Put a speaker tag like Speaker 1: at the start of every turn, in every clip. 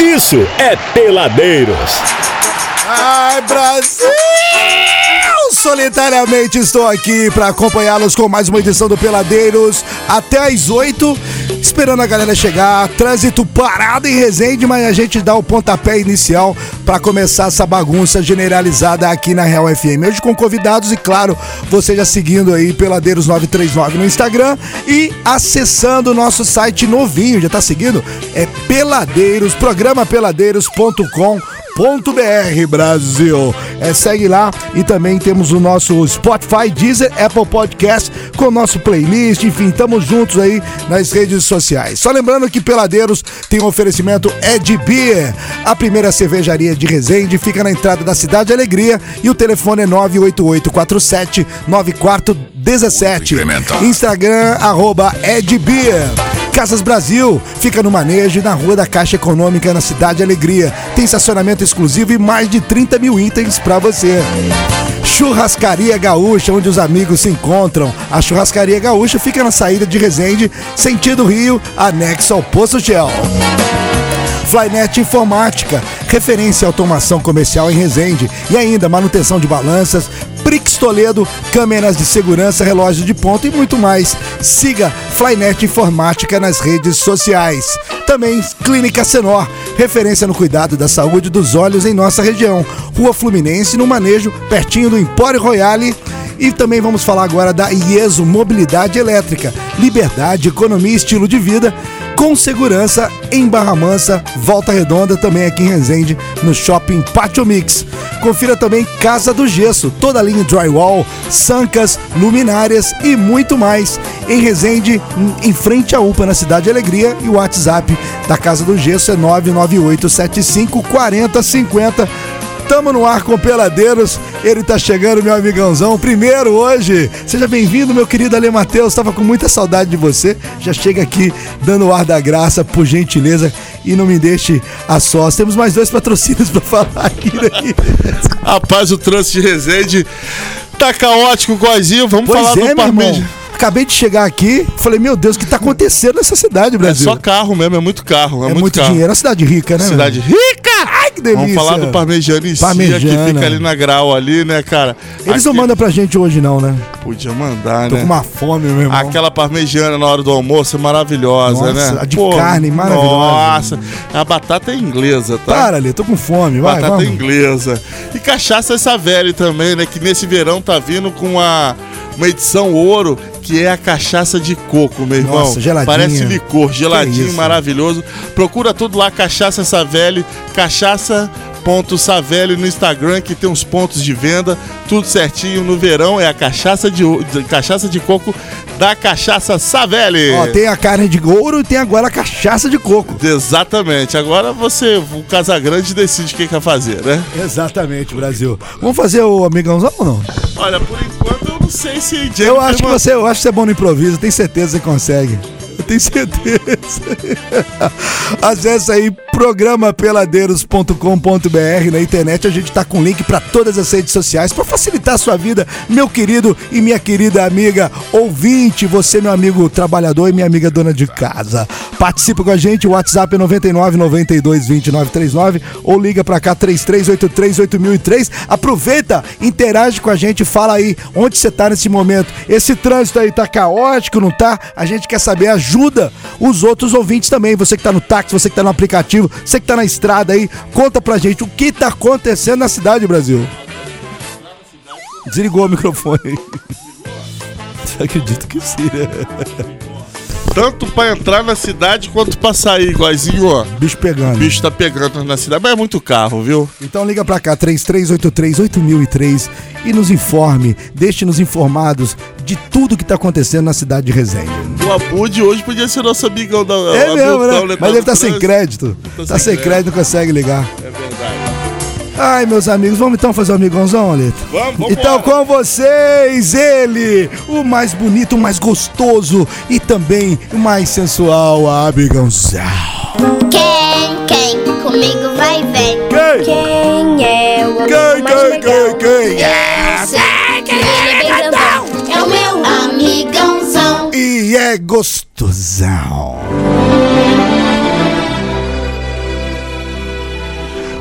Speaker 1: isso é Peladeiros.
Speaker 2: Ai, Brasil! Solitariamente estou aqui para acompanhá-los com mais uma edição do Peladeiros até às 8, esperando a galera chegar. Trânsito parado em Resende, mas a gente dá o pontapé inicial para começar essa bagunça generalizada aqui na Real FM. Hoje com convidados e, claro, você já seguindo aí Peladeiros 939 no Instagram e acessando o nosso site novinho, já tá seguindo? É Peladeiros, programa peladeiros.com Br Brasil. É, segue lá e também temos o nosso Spotify, Deezer, Apple Podcast com o nosso playlist, enfim, estamos juntos aí nas redes sociais. Só lembrando que Peladeiros tem um oferecimento Ed Beer, a primeira cervejaria de Resende, fica na entrada da Cidade Alegria e o telefone é 98847 9417. Instagram, arroba Ed Beer. Casas Brasil fica no manejo e na Rua da Caixa Econômica, na Cidade Alegria. Tem estacionamento exclusivo e mais de 30 mil itens para você. Churrascaria Gaúcha, onde os amigos se encontram. A Churrascaria Gaúcha fica na saída de Resende, sentido Rio, anexo ao Poço Gel. Flynet Informática, referência à automação comercial em Resende e ainda manutenção de balanças, Prix Toledo, câmeras de segurança, relógio de ponto e muito mais. Siga Flynet Informática nas redes sociais. Também Clínica Senor, referência no cuidado da saúde dos olhos em nossa região. Rua Fluminense, no Manejo, pertinho do Empório Royale. E também vamos falar agora da IESO Mobilidade Elétrica. Liberdade, economia e estilo de vida com segurança em Barra Mansa, Volta Redonda, também aqui em Resende, no Shopping Pátio Mix. Confira também Casa do Gesso, toda a linha drywall, sancas, luminárias e muito mais. Em Resende, em frente à UPA, na Cidade Alegria, e o WhatsApp da Casa do Gesso é 998754050. Tamo no ar com Peladeiros. Ele tá chegando, meu amigãozão. Primeiro hoje. Seja bem-vindo, meu querido Ale Matheus. Tava com muita saudade de você. Já chega aqui dando o ar da graça, por gentileza. E não me deixe a sós. Temos mais dois patrocínios pra falar aqui. Né?
Speaker 3: Rapaz, o trânsito de Resende tá caótico, Goizinho. Vamos
Speaker 2: Pois
Speaker 3: falar
Speaker 2: é,
Speaker 3: do
Speaker 2: meu irmão.
Speaker 3: Parmejo.
Speaker 2: Acabei de chegar aqui. Falei, meu Deus, o que tá acontecendo nessa cidade,
Speaker 3: É
Speaker 2: Brasil?
Speaker 3: só carro mesmo, é muito carro. É,
Speaker 2: É
Speaker 3: muito,
Speaker 2: muito
Speaker 3: carro.
Speaker 2: dinheiro. É uma cidade rica, né?
Speaker 3: Cidade
Speaker 2: meu?
Speaker 3: rica!
Speaker 2: Ai, que delícia.
Speaker 3: Vamos falar do Parmejano em si,
Speaker 2: Parmegiana.
Speaker 3: que fica ali na grau ali, né, cara?
Speaker 2: Eles não
Speaker 3: Aqui-
Speaker 2: mandam pra gente hoje, não, né?
Speaker 3: Podia mandar,
Speaker 2: Tô
Speaker 3: né?
Speaker 2: com uma fome, meu irmão.
Speaker 3: Aquela parmegiana na hora do almoço é maravilhosa,
Speaker 2: Nossa,
Speaker 3: né?
Speaker 2: a de carne, maravilhosa.
Speaker 3: Nossa, a batata é inglesa, tá?
Speaker 2: Para ali, tô com fome. Vai,
Speaker 3: Batata
Speaker 2: vamos.
Speaker 3: inglesa. E cachaça essa velha também, né? Que nesse verão tá vindo com uma, uma edição ouro, que é a cachaça de coco, meu irmão.
Speaker 2: Nossa, geladinha.
Speaker 3: Parece licor, geladinho,
Speaker 2: isso?
Speaker 3: maravilhoso. Procura tudo lá, cachaça essa velha, cachaça. Ponto Savelli no Instagram, que tem uns pontos de venda, tudo certinho. No verão é a cachaça de, o- de- cachaça de coco da Cachaça Savelli.
Speaker 2: Ó, tem a carne de ouro e tem agora a cachaça de coco.
Speaker 3: Exatamente. Agora você, o Casagrande, decide o que quer fazer, né?
Speaker 2: Exatamente, Brasil. Vamos fazer o amigãozão ou não?
Speaker 3: Olha, por enquanto eu não sei se Jamie
Speaker 2: Eu acho que
Speaker 3: Tillman-
Speaker 2: você, eu acho que você é bom no improviso, tenho certeza que você consegue. Eu tenho certeza. Acesse aí programapeladeiros.com.br na internet, a gente tá com link para todas as redes sociais para facilitar a sua vida, meu querido e minha querida amiga ouvinte, você meu amigo trabalhador e minha amiga dona de casa. Participa com a gente, o WhatsApp é 99 92 29 39 ou liga pra cá 33838003. Aproveita, interage com a gente, fala aí onde você tá nesse momento. Esse trânsito aí tá caótico, não tá? A gente quer saber, ajuda os outros ouvintes também. Você que tá no táxi, você que tá no aplicativo, você que tá na estrada aí, conta pra gente o que tá acontecendo na cidade, Brasil. Desligou o microfone. Acredito que sim, né?
Speaker 3: Tanto pra entrar na cidade quanto pra sair, igualzinho, ó. O
Speaker 2: Bicho pegando.
Speaker 3: bicho tá pegando na cidade, mas é muito carro, viu?
Speaker 2: Então liga pra cá, 3383-8003 e nos informe, deixe-nos informados de tudo que tá acontecendo na cidade de Resende.
Speaker 3: O Abud hoje podia ser nosso amigão da.
Speaker 2: É mesmo,
Speaker 3: Abiltão,
Speaker 2: né?
Speaker 3: tá
Speaker 2: Mas
Speaker 3: no
Speaker 2: ele tá sem
Speaker 3: trânsito.
Speaker 2: crédito.
Speaker 3: Tá
Speaker 2: Tá
Speaker 3: sem
Speaker 2: sem crédito, não consegue ligar.
Speaker 3: É verdade.
Speaker 2: Ai, meus amigos, vamos então fazer o amigãozão, Aleta?
Speaker 3: Vamos, vamos.
Speaker 2: Então com vocês, ele, o mais bonito, o mais gostoso e também o mais sensual, amigãozão.
Speaker 4: Quem, quem comigo vai ver?
Speaker 2: Quem?
Speaker 4: Quem é o homem
Speaker 2: Quem,
Speaker 4: mais
Speaker 2: quem,
Speaker 4: legal?
Speaker 2: quem, quem?
Speaker 4: Eu sei quem ele é bem grandão. É o meu amigãozão.
Speaker 2: E é gostosão.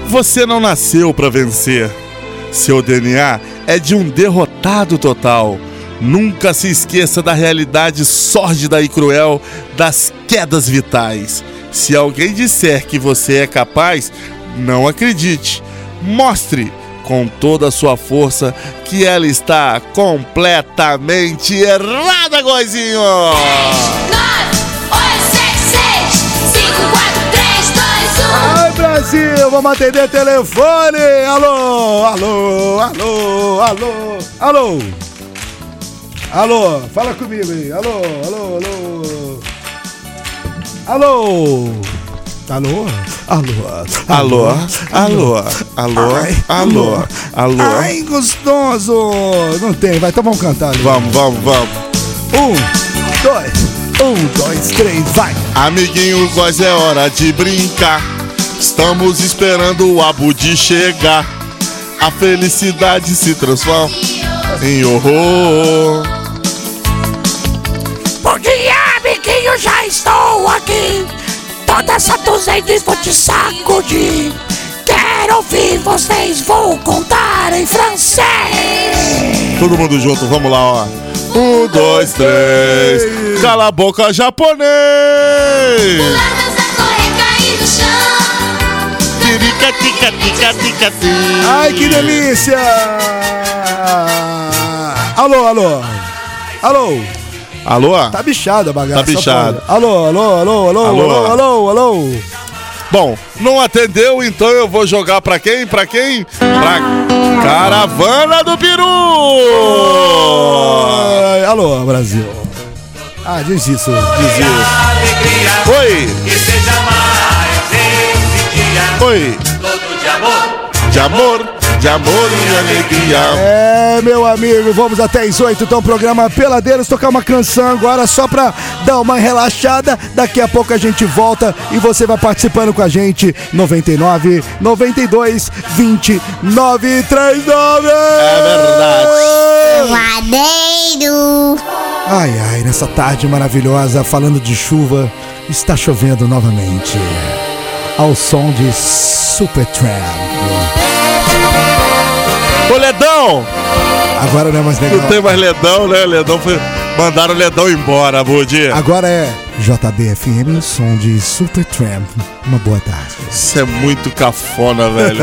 Speaker 3: Você não nasceu pra vencer. Seu DNA é de um derrotado total. Nunca se esqueça da realidade sórdida e cruel das quedas vitais. Se alguém disser que você é capaz, não acredite. Mostre com toda a sua força que ela está completamente errada, Goizinho!
Speaker 2: Ai, Brasil, vamos atender telefone. Alô, alô, alô, alô, alô. Alô, fala comigo aí. Alô, alô, alô. Alô. Alô? Alô.
Speaker 3: Alô, alô, alô,
Speaker 2: Tá Ai,
Speaker 3: alô, alô.
Speaker 2: Ai, gostoso. Não tem, vai, então vamos cantar. Ali.
Speaker 3: Vamos, vamos, vamos.
Speaker 2: Um, dois, um, dois, três, vai.
Speaker 3: Amiguinho, voz é hora de brincar. Estamos esperando o Abudi chegar. A felicidade se transforma em horror.
Speaker 5: Bom dia, amiguinho, já estou aqui. Toda essa duzena vou te sacudir. Quero ouvir vocês, vou contar em francês.
Speaker 3: Todo mundo junto, vamos lá, ó. Um, dois, três. Cala a boca, japonês! Tica, tica, tica, tica, tica.
Speaker 2: Ai, que delícia! Ah. Alô, alô. Alô.
Speaker 3: Alô?
Speaker 2: Tá bichada a bagaça.
Speaker 3: Tá bichada.
Speaker 2: pô. Alô, alô, alô, alô, alô,
Speaker 3: Alô.
Speaker 2: alô, alô,
Speaker 3: Bom, não atendeu, então eu vou jogar pra quem? Pra quem? Pra Caravana do Peru!
Speaker 2: Ai, alô, Brasil. Ah, diz isso, diz isso.
Speaker 3: Oi,
Speaker 6: seja mais esse dia
Speaker 3: oi,
Speaker 6: todo de amor.
Speaker 3: de amor, de amor e alegria.
Speaker 2: É, meu amigo, vamos até às 8, então, programa Peladeiros, tocar uma canção agora só pra dar uma relaxada. Daqui a pouco a gente volta e você vai participando com a gente. 99 92 29 39.
Speaker 3: É verdade.
Speaker 4: Ladeiro.
Speaker 2: Ai, ai, nessa tarde maravilhosa, falando de chuva, está chovendo novamente. Ao som de Supertramp.
Speaker 3: Ô Ledão!
Speaker 2: Agora não é mais legal.
Speaker 3: Não tem mais Ledão, né? Ledão foi. Mandaram o Ledão embora, Budi.
Speaker 2: Agora é JBFM, o som de Supertramp. Uma boa tarde.
Speaker 3: Isso é muito cafona, velho.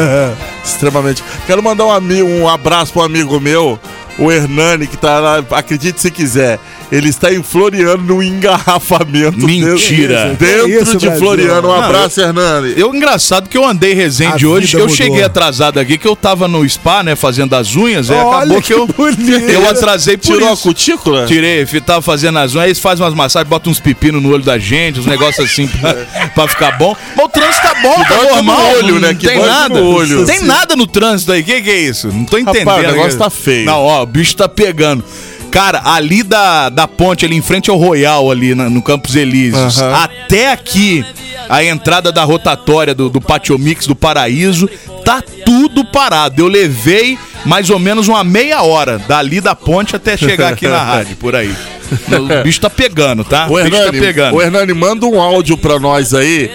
Speaker 3: Extremamente. Quero mandar um, ami- um abraço para um amigo meu, o Hernani, que tá lá, acredite se quiser. Ele está em Floriano no engarrafamento.
Speaker 7: Mentira.
Speaker 3: Dentro, dentro
Speaker 2: Que É isso,
Speaker 3: de
Speaker 2: Brasil.
Speaker 3: Floriano. Um
Speaker 7: Não,
Speaker 3: abraço, Hernani.
Speaker 7: Eu, engraçado que eu andei
Speaker 2: A
Speaker 7: Resende hoje,
Speaker 2: vida
Speaker 7: eu
Speaker 2: mudou.
Speaker 7: cheguei atrasado aqui, que eu tava no spa, né, fazendo as unhas, aí
Speaker 2: Olha
Speaker 7: acabou
Speaker 2: que
Speaker 7: que eu,
Speaker 2: bonito.
Speaker 7: eu atrasei por
Speaker 3: Tirou a
Speaker 7: isso.
Speaker 3: cutícula?
Speaker 7: Tirei, fi- tava fazendo as unhas, aí eles fazem umas massagens, botam uns pepinos no olho da gente, uns negócios assim pra,
Speaker 3: É.
Speaker 7: pra ficar bom. Mas o trânsito tá bom, tá
Speaker 3: banco no
Speaker 7: normal.
Speaker 3: olho, né?
Speaker 7: Não
Speaker 3: Que
Speaker 7: tem
Speaker 3: banco
Speaker 7: nada.
Speaker 3: no olho.
Speaker 7: Não Tem nada no trânsito aí, que que é isso? Não tô entendendo.
Speaker 3: Rapaz, o negócio
Speaker 7: cara.
Speaker 3: tá feio.
Speaker 7: Não, ó, o bicho tá pegando. Cara, ali da, da ponte, ali em frente ao Royal, ali na- no Campos Elíseos,
Speaker 3: Aham.
Speaker 7: até aqui, a entrada da rotatória do, do Patio Mix do Paraíso, tá tudo parado. Eu levei mais ou menos uma meia hora dali da ponte até chegar aqui na rádio, por aí. O bicho tá pegando, tá?
Speaker 3: O
Speaker 7: bicho tá
Speaker 3: Hernani,
Speaker 7: pegando.
Speaker 3: o Hernani, manda um áudio pra nós aí.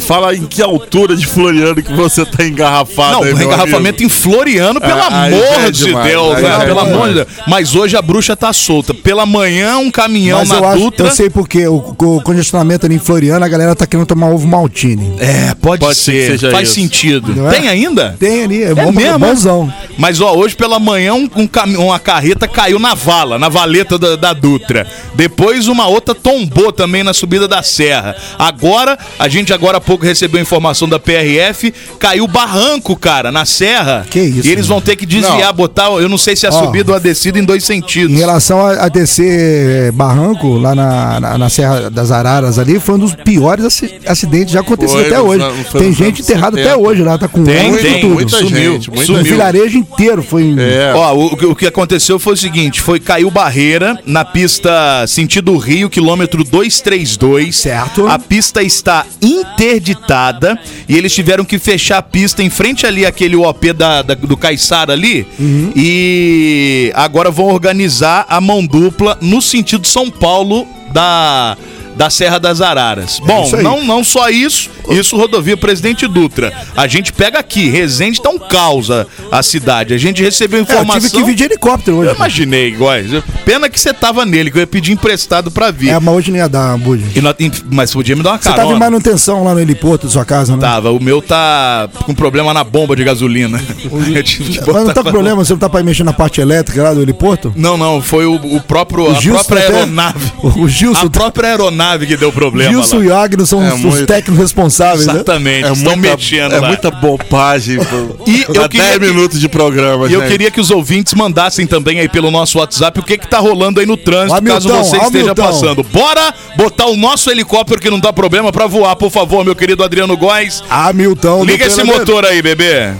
Speaker 3: Fala em que altura de Floriano que você tá engarrafado
Speaker 7: Não,
Speaker 3: aí, meu
Speaker 7: engarrafamento
Speaker 3: amigo.
Speaker 7: em Floriano, pelo
Speaker 3: Ah, aí já
Speaker 7: amor
Speaker 3: é
Speaker 7: de
Speaker 3: demais,
Speaker 7: Deus,
Speaker 3: aí
Speaker 7: né?
Speaker 3: já é
Speaker 7: Pelo
Speaker 3: demais.
Speaker 7: amor de Deus. Mas hoje a bruxa tá solta. Pela manhã, um caminhão
Speaker 2: Mas
Speaker 7: na
Speaker 2: eu acho,
Speaker 7: Dutra.
Speaker 2: eu sei porque o, o congestionamento ali em Floriano, a galera tá querendo tomar ovo maltine.
Speaker 7: É, pode,
Speaker 3: Pode ser que
Speaker 7: ser.
Speaker 3: seja
Speaker 7: Faz
Speaker 3: isso.
Speaker 7: sentido.
Speaker 2: Não é?
Speaker 7: Tem ainda?
Speaker 2: Tem ali, é, bom,
Speaker 7: mesmo?
Speaker 2: bonzão.
Speaker 7: Mas ó, hoje pela manhã um, um cami- uma carreta caiu na vala, na valeta da, da Dutra. Depois uma outra tombou também na subida da serra. Agora, a gente agora há pouco recebeu informação da PRF, caiu barranco, cara, na serra.
Speaker 2: Que isso,
Speaker 7: E eles vão ter que desviar,
Speaker 3: Não.
Speaker 7: botar, eu não sei se é a
Speaker 2: Ó.
Speaker 7: subida ou a descida em dois
Speaker 2: Em
Speaker 7: sentidos.
Speaker 2: relação a, a descer eh, barranco lá na, na, na Serra das Araras ali, foi um dos piores aci- acidentes já acontecidos
Speaker 3: Foi
Speaker 2: até
Speaker 3: nos
Speaker 2: hoje.
Speaker 3: anos- foi
Speaker 2: Tem
Speaker 3: nos
Speaker 2: gente
Speaker 3: anos
Speaker 2: enterrada
Speaker 3: 70.
Speaker 2: até hoje lá, tá com
Speaker 7: Tem,
Speaker 2: lama e
Speaker 7: tem,
Speaker 2: tudo.
Speaker 3: muita
Speaker 7: Sumiu,
Speaker 3: gente, muita
Speaker 7: sumiu.
Speaker 2: O vilarejo inteiro foi em-
Speaker 3: É.
Speaker 7: Ó, o, o que aconteceu foi o seguinte: foi caiu barreira na pista sentido Rio, quilômetro 232.
Speaker 2: Certo.
Speaker 7: A pista está interditada e eles tiveram que fechar a pista em frente ali àquele OP da, da- do Caiçara ali.
Speaker 2: Uhum.
Speaker 7: E agora vão organizar a mão dupla no sentido São Paulo da. Da Serra das Araras. Bom,
Speaker 2: É isso aí.
Speaker 7: não, não só isso, Isso rodovia Presidente Dutra. A gente pega aqui, Resende tá um caos a, a cidade. A gente recebeu
Speaker 2: É, eu
Speaker 7: informação.
Speaker 2: tive que vir de helicóptero hoje. né?
Speaker 7: Eu imaginei, iguais. Pena que você tava nele, que eu ia pedir emprestado pra vir.
Speaker 2: É, mas hoje não ia dar, Budi.
Speaker 7: E nós- mas podia me dar uma
Speaker 2: Você
Speaker 7: carona.
Speaker 2: tava em manutenção lá no heliporto da sua casa, né?
Speaker 7: Tava, o meu tá com problema na bomba de gasolina. Eu tive que
Speaker 2: Mas não
Speaker 7: botar
Speaker 2: tá com
Speaker 7: pra-
Speaker 2: problema, você não tá pra mexer na parte elétrica lá do heliporto?
Speaker 7: Não, não, foi o, o próprio, a
Speaker 2: Gilson
Speaker 7: própria
Speaker 2: até-
Speaker 7: aeronave.
Speaker 2: O Gilson,
Speaker 7: A própria aeronave que deu problema
Speaker 2: Gilson
Speaker 7: lá.
Speaker 2: e Agnes são
Speaker 3: É
Speaker 2: os, os
Speaker 3: muito-
Speaker 2: técnicos responsáveis, né?
Speaker 7: Exatamente, estão mexendo
Speaker 3: é
Speaker 7: lá.
Speaker 3: muita bobagem. pô.
Speaker 7: E eu
Speaker 3: Dá
Speaker 7: queria
Speaker 3: 10
Speaker 7: que-
Speaker 3: minutos um de programa,
Speaker 7: E eu
Speaker 3: gente.
Speaker 7: queria que os ouvintes mandassem também aí pelo nosso WhatsApp o que que tá rolando aí no trânsito,
Speaker 2: Hamilton,
Speaker 7: caso você esteja
Speaker 2: Hamilton.
Speaker 7: passando. Bora botar o nosso helicóptero que não dá problema pra voar, por favor, meu querido Adriano Góes.
Speaker 2: Ah, Milton. do
Speaker 7: Liga esse
Speaker 2: Peladeiro.
Speaker 7: motor aí, bebê.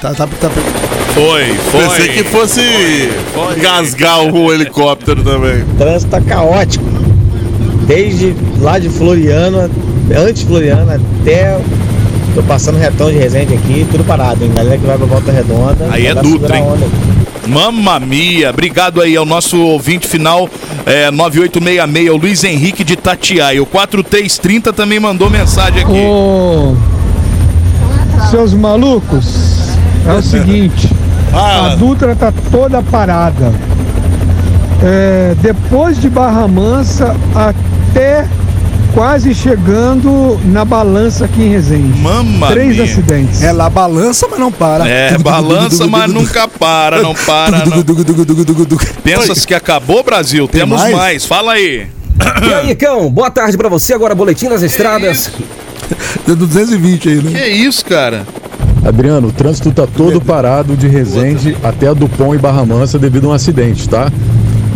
Speaker 2: Tá, tá, tá.
Speaker 7: Foi, foi.
Speaker 3: Pensei que fosse gasgar o helicóptero também.
Speaker 8: trânsito tá caótico. Desde lá de Floriano, antes de Floriano até. Tô passando retão de Resende aqui, tudo parado, hein? Galera que vai pra Volta Redonda.
Speaker 7: Aí é
Speaker 8: vai segurar
Speaker 7: Dutra,
Speaker 8: a
Speaker 7: hein?
Speaker 8: onda aqui.
Speaker 7: Mamma mia, obrigado aí ao nosso ouvinte final é, 9866, o Luiz Henrique de Tatiai. O 4330 também mandou mensagem aqui.
Speaker 9: Seus malucos, é o seguinte,
Speaker 7: Ah.
Speaker 9: a Dutra tá toda parada. É, depois de Barra Mansa até quase chegando na balança aqui em Resende.
Speaker 7: Mamma
Speaker 9: Três
Speaker 7: mia.
Speaker 9: acidentes.
Speaker 2: Ela É, balança, mas não para.
Speaker 7: É, balança, mas nunca para, não para, não. Pensas que acabou, Brasil? Temos
Speaker 2: mais?
Speaker 7: mais? fala aí.
Speaker 10: E aí, Cão, boa tarde pra você. Agora, Boletim das Estradas.
Speaker 2: Deu 220 aí, né?
Speaker 7: Que isso, cara?
Speaker 11: Adriano, o trânsito tá todo parado de Resende até a Dupont e Barra Mansa devido a um acidente, tá?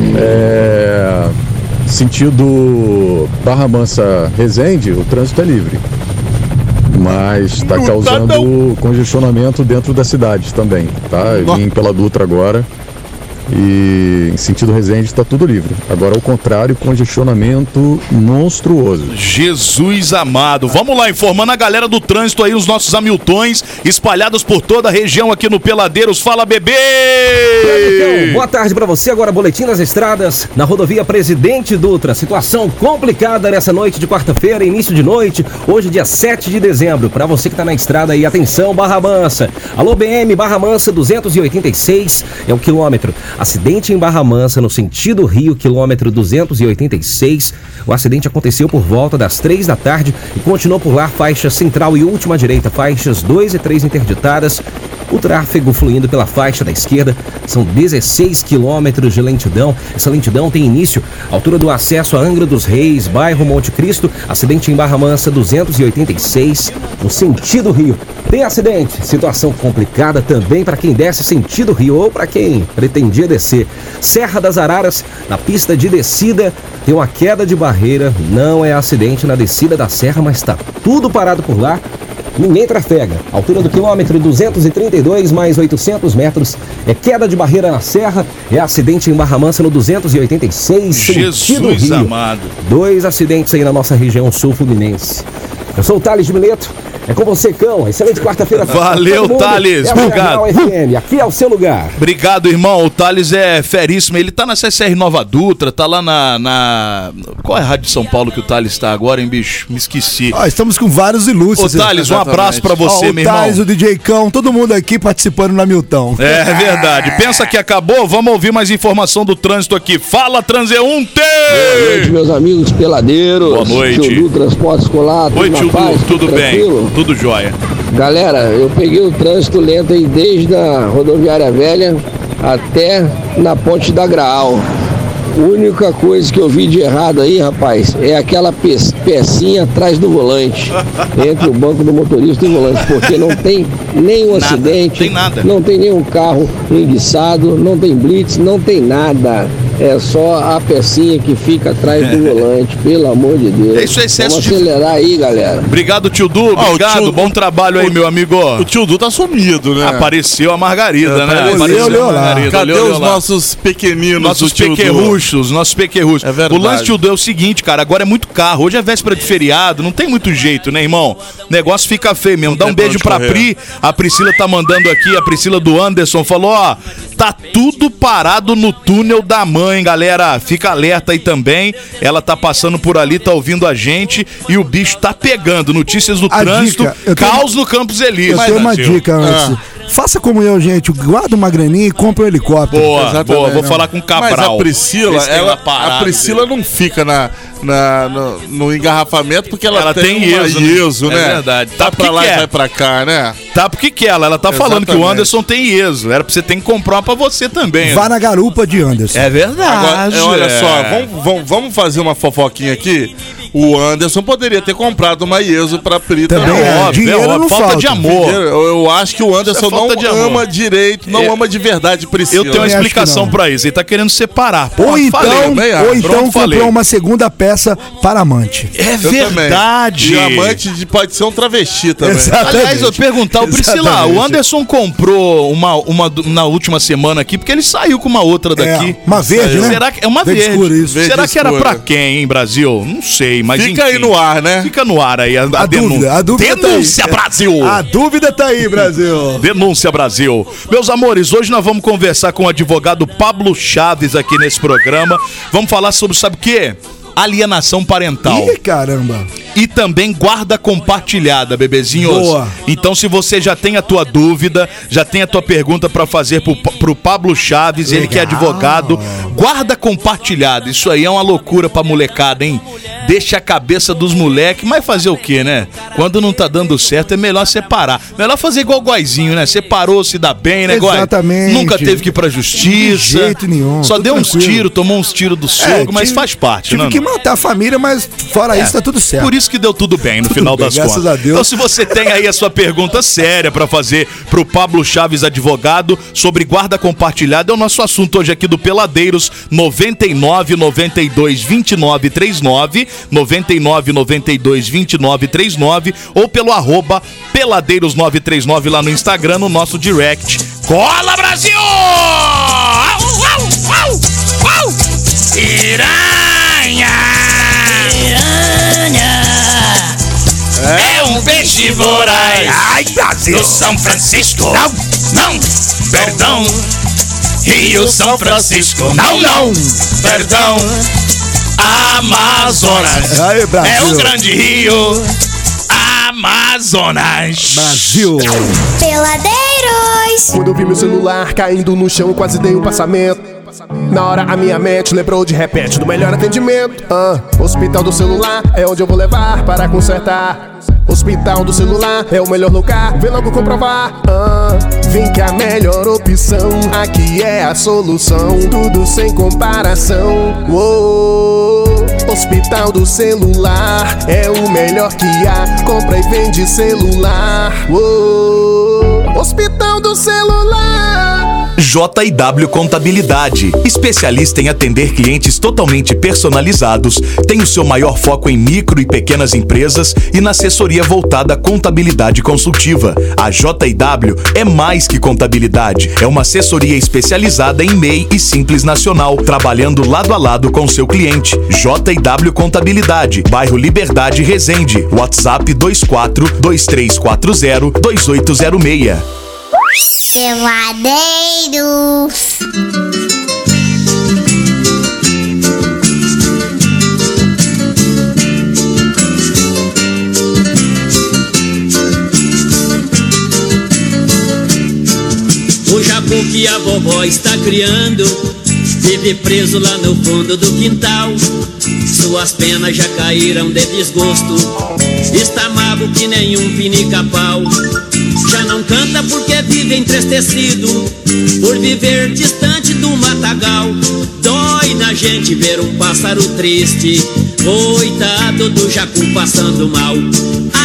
Speaker 7: Hum.
Speaker 11: É... Sentido Barra Mansa Resende, o trânsito é livre. Mas está
Speaker 7: Não tá,
Speaker 11: causando congestionamento dentro da cidade também, tá? Eu vim pela Dutra agora e em sentido Resende está tudo livre. Agora, ao contrário, congestionamento monstruoso.
Speaker 7: Jesus amado. Vamos lá, informando a galera do trânsito aí, os nossos Hamiltões, espalhados por toda a região aqui no Peladeiros. Fala, bebê!
Speaker 10: Cão, Então, boa tarde pra você. Agora, Boletim das Estradas. Na rodovia Presidente Dutra. Situação complicada nessa noite de quarta-feira, início de noite. Hoje, dia 7 de dezembro. Pra você que tá na estrada aí, atenção, Barra Mansa. Alô, BM, Barra Mansa, 286 é o quilômetro. Acidente em Barra Mansa, no sentido Rio, quilômetro 286. O acidente aconteceu por volta das 3 da tarde e continuou por lá faixa central e última direita, faixas 2 e 3 interditadas. O tráfego fluindo pela faixa da esquerda são 16 quilômetros de lentidão. Essa lentidão tem início à altura do acesso a Angra dos Reis, bairro Monte Cristo. Acidente em Barra Mansa 286, no sentido Rio. Tem acidente, situação complicada também para quem desce sentido Rio ou para quem pretendia descer. Serra das Araras, na pista de descida, tem uma queda de barreira. Não é acidente na descida da serra, mas está tudo parado por lá. Ninguém trafega. Altura do quilômetro 232 mais 800 metros. É queda de barreira na serra. É acidente em Barra Mansa no 286. sentido
Speaker 7: Jesus
Speaker 10: Rio.
Speaker 7: amado.
Speaker 10: Dois acidentes aí na nossa região sul fluminense. Eu sou o Thales de Mileto. É com você, cão. Excelente quarta-feira.
Speaker 7: Valeu,
Speaker 10: Todo mundo.
Speaker 7: Thales.
Speaker 10: É a
Speaker 7: Obrigado.
Speaker 10: Jornal FM. Aqui é o seu lugar.
Speaker 7: Obrigado, irmão. O Thales é feríssimo. Ele tá na CCR Nova Dutra, tá lá na. na- Qual é a rádio de São Paulo que o Thales tá agora, hein, bicho? Me esqueci.
Speaker 2: Ó, Ah, estamos com vários
Speaker 7: Ô,
Speaker 2: ilustres.
Speaker 7: Thales, um abraço pra você,
Speaker 2: Ó, o
Speaker 7: meu
Speaker 2: Thales, o
Speaker 7: irmão.
Speaker 2: DJ Cão, todo mundo aqui participando na Milton.
Speaker 7: É verdade. Pensa que acabou? Vamos ouvir mais informação do trânsito aqui. Fala, um transeunte!
Speaker 8: meus amigos peladeiros.
Speaker 7: Boa noite.
Speaker 8: Tio Lu, transporte escolar.
Speaker 7: Oi,
Speaker 8: na
Speaker 7: tio
Speaker 8: paz,
Speaker 7: Du, tudo bem?
Speaker 8: tranquilo?
Speaker 7: Tudo jóia.
Speaker 8: Galera, eu peguei o trânsito lento aí desde a rodoviária velha até na ponte da Graal. Única coisa que eu vi de errado aí, rapaz, é aquela pe- pecinha atrás do volante. Entre o banco do motorista e o volante, porque não tem nenhum
Speaker 7: Nada,
Speaker 8: acidente,
Speaker 7: tem nada.
Speaker 8: não tem nenhum carro enguiçado, não tem blitz, não tem nada. É só a pecinha que fica atrás do volante, pelo amor de Deus.
Speaker 7: Isso é excesso
Speaker 8: Vamos
Speaker 7: de-
Speaker 8: acelerar aí, galera.
Speaker 7: Obrigado, tio Du.
Speaker 3: Ó, o
Speaker 7: Obrigado.
Speaker 3: tio-
Speaker 7: Bom trabalho aí,
Speaker 3: o-
Speaker 7: meu amigo.
Speaker 3: O tio Du tá sumido, né?
Speaker 7: Apareceu a Margarida, né?
Speaker 3: Apareceu,
Speaker 7: Apareceu
Speaker 2: olhou
Speaker 7: a
Speaker 2: lá.
Speaker 7: Margarida.
Speaker 3: Cadê
Speaker 7: olhou,
Speaker 3: os
Speaker 7: olhou lá.
Speaker 3: nossos pequeninos
Speaker 7: Nossos
Speaker 3: do tio Du?
Speaker 7: pequerruchos, nossos pequerruchos.
Speaker 3: É verdade.
Speaker 7: O lance tio Du é o seguinte, cara, agora é muito carro. Hoje é véspera de feriado, não tem muito jeito, né, irmão? O negócio fica feio mesmo. Dá
Speaker 3: tem
Speaker 7: um
Speaker 3: pra
Speaker 7: beijo
Speaker 3: onde
Speaker 7: pra
Speaker 3: correr.
Speaker 7: Pri. A Priscila tá mandando aqui, a Priscila do Anderson falou, ó, tá tudo parado no túnel da Então, hein, galera, fica alerta aí também. Ela tá passando por ali, tá ouvindo a gente e o bicho tá pegando. Notícias do
Speaker 2: A
Speaker 7: trânsito,
Speaker 2: dica, eu tenho-
Speaker 7: caos no Campos Elíseos.
Speaker 2: Eu tenho uma
Speaker 7: Brasil.
Speaker 2: dica antes.
Speaker 7: Ah.
Speaker 2: Faça como eu, gente. Guarda uma graninha e compra um helicóptero.
Speaker 7: Boa, boa, vou falar com o
Speaker 3: né? Mas é
Speaker 7: Cabral.
Speaker 3: a Priscila,
Speaker 7: Esse tem
Speaker 3: ela,
Speaker 7: uma parada,
Speaker 3: a Priscila não fica na, na- no, no engarrafamento porque ela,
Speaker 7: Ela
Speaker 3: tem,
Speaker 7: tem
Speaker 3: uma
Speaker 7: ISO, né?
Speaker 3: ISO, né?
Speaker 7: É verdade.
Speaker 3: Tá
Speaker 7: Sabe
Speaker 3: pra
Speaker 7: que
Speaker 3: lá
Speaker 7: que
Speaker 3: e
Speaker 7: é?
Speaker 3: vai pra cá, né?
Speaker 7: Tá porque que ela, ela tá falando que o
Speaker 3: Exatamente.
Speaker 7: Anderson tem ISO. Era pra você ter que comprar uma pra você também.
Speaker 2: Vá na garupa de Anderson.
Speaker 7: É
Speaker 3: Agora,
Speaker 7: verdade.
Speaker 3: é, olha
Speaker 7: é.
Speaker 3: só, vamos, vamos- vamos fazer uma fofoquinha aqui. O Anderson poderia ter comprado uma IESO pra Pri
Speaker 2: Também é, dinheiro não
Speaker 7: falta.
Speaker 3: Dinheiro, Eu, eu acho que o Anderson
Speaker 7: Isso é falta
Speaker 3: não
Speaker 7: de amor.
Speaker 3: ama direito, não
Speaker 7: É.
Speaker 3: ama de verdade Priscila.
Speaker 7: Eu tenho uma explicação pra isso. Ele tá querendo separar. Pô,
Speaker 2: Ou então,
Speaker 7: falei, também acho.
Speaker 2: ou então
Speaker 7: Pronto,
Speaker 2: comprou
Speaker 7: falei.
Speaker 2: uma segunda peça para amante.
Speaker 7: É
Speaker 3: Eu também.
Speaker 7: verdade.
Speaker 3: E o amante de- pode ser um travesti também.
Speaker 2: Exatamente.
Speaker 7: Aliás, eu perguntar, o Priscila,
Speaker 2: Exatamente.
Speaker 7: o Anderson comprou uma, uma do- na última semana aqui, porque ele saiu com uma outra daqui.
Speaker 2: É, uma verde,
Speaker 7: Saiu.
Speaker 2: né?
Speaker 7: Será que é uma
Speaker 2: Verde
Speaker 7: verde?
Speaker 2: escuro, isso.
Speaker 7: Será
Speaker 3: Verde
Speaker 7: que era
Speaker 3: escuro.
Speaker 7: pra quem, hein, Brasil? Não sei, mas
Speaker 3: Fica aí
Speaker 7: enfim.
Speaker 3: no ar, né?
Speaker 7: Fica no ar aí a, a
Speaker 2: A
Speaker 7: denúncia.
Speaker 2: dúvida, a dúvida tá aí.
Speaker 7: denúncia, Brasil!
Speaker 2: A dúvida tá aí, Brasil.
Speaker 7: Denúncia Brasil. Meus amores, hoje nós vamos conversar com o advogado Pablo Chaves aqui nesse programa. Vamos falar sobre, sabe o quê? Alienação parental
Speaker 2: Ih, caramba.
Speaker 7: e também guarda compartilhada, bebezinhos.
Speaker 2: Boa.
Speaker 7: Então, se você já tem a tua dúvida, já tem a tua pergunta pra fazer pro, pro Pablo Chaves, ele que é
Speaker 2: Legal.
Speaker 7: advogado, guarda compartilhada. Isso aí é uma loucura pra molecada, hein? Deixa a cabeça dos moleques, mas fazer o quê, né? Quando não tá dando certo, é melhor separar. Melhor fazer igual o Guaizinho, né? Separou, se dá bem, né, Guai?
Speaker 2: Exatamente.
Speaker 7: Nunca teve que ir pra justiça.
Speaker 2: De jeito nenhum,
Speaker 7: Só
Speaker 2: tô
Speaker 7: deu uns
Speaker 2: tranquilo.
Speaker 7: tiros, tomou uns tiros do
Speaker 2: É,
Speaker 7: sogro, mas
Speaker 2: tive-
Speaker 7: faz parte,
Speaker 2: Tive
Speaker 7: né? É.
Speaker 2: que matar a família, mas fora isso tá tudo certo.
Speaker 7: Por isso que deu tudo bem no
Speaker 2: Tudo
Speaker 7: final
Speaker 2: bem,
Speaker 7: das
Speaker 2: graças
Speaker 7: contas.
Speaker 2: a Deus.
Speaker 7: Então, se você tem aí a sua pergunta séria pra fazer pro Pablo Chaves Advogado sobre guarda compartilhada, é o nosso assunto hoje aqui do Peladeiros 99 92 29 39, 99 92 29 39 ou pelo arroba peladeiros939 lá no Instagram, no nosso direct. Cola Brasil! Au, au, au, au! Piranha! É um peixe voraz. Ai, Brasil. Do São Francisco. Não, não, perdão. Rio São Francisco. Não, não, perdão. Amazonas.
Speaker 2: Aí, Brasil.
Speaker 7: É o grande rio. Amazonas.
Speaker 2: Brasil.
Speaker 4: Peladeiros!
Speaker 12: Quando eu vi meu celular caindo no chão, eu quase dei um passamento. Na hora a minha mente lembrou de repente do melhor atendimento. Ah, hospital do celular é onde eu vou levar para consertar. Hospital do celular é o melhor lugar, vem logo comprovar. Ah, vem que a melhor opção aqui é a solução, tudo sem comparação. Uou, hospital do celular é o melhor que há, compra e vende celular. Uou, hospital do celular.
Speaker 13: JW Contabilidade, especialista em atender clientes totalmente personalizados, tem o seu maior foco em micro e pequenas empresas e na assessoria voltada à contabilidade consultiva. A JW é mais que contabilidade, é uma assessoria especializada em MEI e Simples Nacional, trabalhando lado a lado com seu cliente. JW Contabilidade, bairro Liberdade Resende, WhatsApp 24 2340 2806.
Speaker 4: Peladeiros!
Speaker 14: O jabu que a vovó está criando Vive preso lá no fundo do quintal Suas penas já caíram de desgosto Está mago que nenhum pinica-pau Já não canta porque vive entristecido Por viver distante do matagal Dói na gente ver um pássaro triste Coitado do jacu passando mal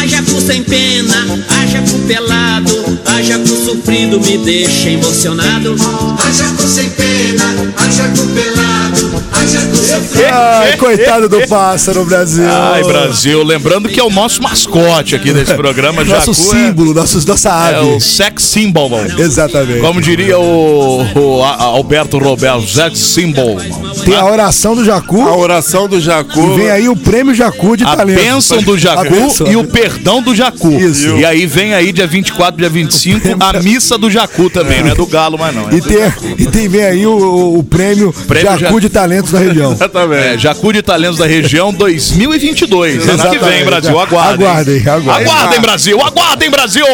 Speaker 14: A jacu sem pena, a jacu pelado A jacu sofrido me deixa emocionado
Speaker 15: A jacu sem pena, a jacu pelado, a jacu sem
Speaker 2: Ai, coitado do pássaro, Brasil.
Speaker 7: Ai, Brasil, lembrando que é o nosso mascote aqui desse programa,
Speaker 2: Nosso
Speaker 7: Jacu é-
Speaker 2: símbolo, nosso, nossa
Speaker 7: É
Speaker 2: ave.
Speaker 7: o sex symbol.
Speaker 2: Exatamente.
Speaker 7: Como diria o, o A- Alberto Roberto, sex symbol.
Speaker 2: Tem a oração do Jacu. A
Speaker 3: oração do Jacu.
Speaker 2: E vem aí o prêmio Jacu de
Speaker 7: A
Speaker 2: talento.
Speaker 7: bênção do
Speaker 2: A
Speaker 7: Jacu
Speaker 2: bênção.
Speaker 7: e o perdão do Jacu.
Speaker 2: Isso.
Speaker 7: E aí vem aí, dia 24, dia 25, a missa do Jacu também. Não é do Galo, mas não. É
Speaker 2: E
Speaker 7: do-
Speaker 2: tem, e tem vem aí o, o- o prêmio,
Speaker 7: Prêmio
Speaker 2: Jacu
Speaker 7: Ja-
Speaker 2: de Talentos da região.
Speaker 7: Exatamente. É, Jacu de Talentos da Região 2022. Ano que vem,
Speaker 2: Exatamente.
Speaker 7: Brasil. Aguardem.
Speaker 2: Aguardem, aguardem.
Speaker 7: Aguardem, Brasil. Aguardem, Brasil.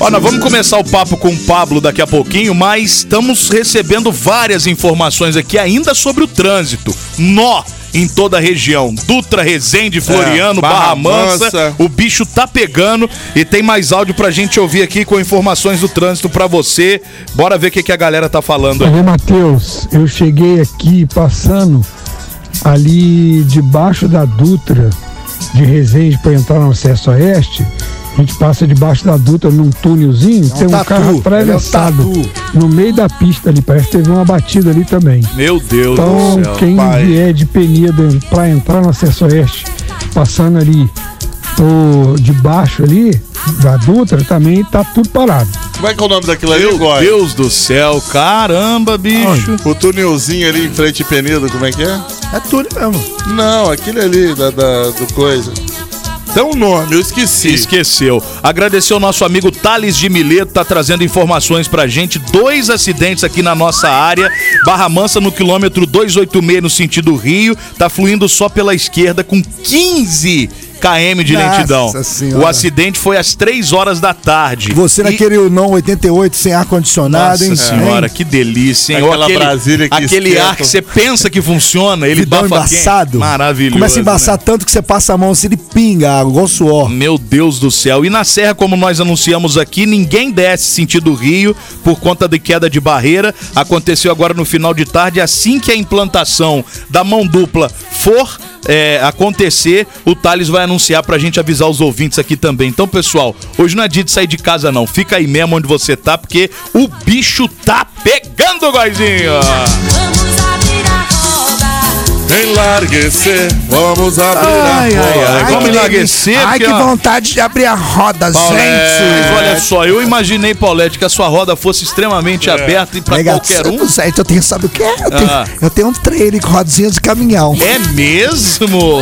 Speaker 7: Ó, nós vamos começar o papo com o Pablo daqui a pouquinho, mas estamos recebendo várias informações aqui ainda sobre o trânsito. Nó em toda a região. Dutra, Resende, Floriano,
Speaker 3: Barra
Speaker 7: É, Barra Mansa.
Speaker 3: Mansa.
Speaker 7: O bicho tá pegando e tem mais áudio pra gente ouvir aqui com informações do trânsito pra você. Bora ver o que, que a galera tá
Speaker 2: Um,
Speaker 7: falando aí.
Speaker 9: Alô, Matheus, eu cheguei aqui passando ali debaixo da Dutra de Resende para entrar no acesso oeste. A gente passa debaixo da Dutra num túnelzinho,
Speaker 2: um
Speaker 9: tem um
Speaker 2: tatu, ele é
Speaker 9: carro
Speaker 2: um
Speaker 9: atravessado no meio da pista ali, parece que teve uma batida ali também.
Speaker 7: Meu Deus
Speaker 9: Então,
Speaker 7: do céu.
Speaker 9: quem vier de Peneda para entrar no acesso oeste, passando ali o, debaixo ali da Dutra, também tá tudo parado.
Speaker 3: Como é que é o nome daquilo ali, Meu
Speaker 7: Deus do céu, caramba, bicho.
Speaker 3: O túnelzinho ali em frente de Penedo, como é que é?
Speaker 2: É túnel mesmo.
Speaker 3: Não, aquele ali da, da- Ah, do coisa. Tem um nome, eu esqueci.
Speaker 7: Esqueceu. Agradecer o nosso amigo Thales de Mileto, tá trazendo informações pra gente. Dois acidentes aqui na nossa área. Barra Mansa no quilômetro 286 no sentido Rio, tá fluindo só pela esquerda com 15 km de
Speaker 2: Nossa
Speaker 7: lentidão.
Speaker 2: Senhora.
Speaker 7: O acidente foi às 3 horas da tarde.
Speaker 2: Você naquele não 88 sem ar-condicionado,
Speaker 7: Nossa
Speaker 2: hein?
Speaker 7: senhora,
Speaker 2: Hein?
Speaker 7: que delícia, hein?
Speaker 3: Aquela
Speaker 7: Ou
Speaker 3: Brasília que
Speaker 7: Aquele
Speaker 3: esquenta.
Speaker 7: ar que você pensa que funciona, ele
Speaker 2: Vidão
Speaker 7: bafa quem?
Speaker 2: embaçado.
Speaker 7: Maravilhoso.
Speaker 2: Começa a
Speaker 7: né?
Speaker 2: embaçar tanto que você passa a mão assim, ele pinga água, igual suor.
Speaker 7: Meu Deus do céu. E na Serra, como nós anunciamos aqui, ninguém desce sentido Rio por conta de queda de barreira. Aconteceu agora no final de tarde. Assim que a implantação da mão dupla for é, acontecer, o Thales vai anunciar pra gente avisar os ouvintes aqui também. Então, pessoal, hoje não é dia de sair de casa, não. Fica aí mesmo onde você tá, porque o bicho tá pegando, Goizinho!
Speaker 3: Enlarguecer, vamos abrir
Speaker 2: Ai,
Speaker 3: a
Speaker 2: ai,
Speaker 3: porta.
Speaker 2: ai.
Speaker 7: vamos
Speaker 2: que
Speaker 7: enlarguecer,
Speaker 2: delícia. Ai,
Speaker 7: porque,
Speaker 2: que
Speaker 7: ó,
Speaker 2: vontade de abrir a roda,
Speaker 7: Mas
Speaker 2: gente.
Speaker 7: olha só, eu imaginei, Paulette, que a sua roda fosse
Speaker 3: É.
Speaker 7: extremamente aberta e pra qualquer um.
Speaker 2: Gente, eu tenho, sabe o que é? Eu, tenho,
Speaker 7: Ah.
Speaker 2: eu tenho um trailer com rodinha de caminhão.
Speaker 7: É mesmo?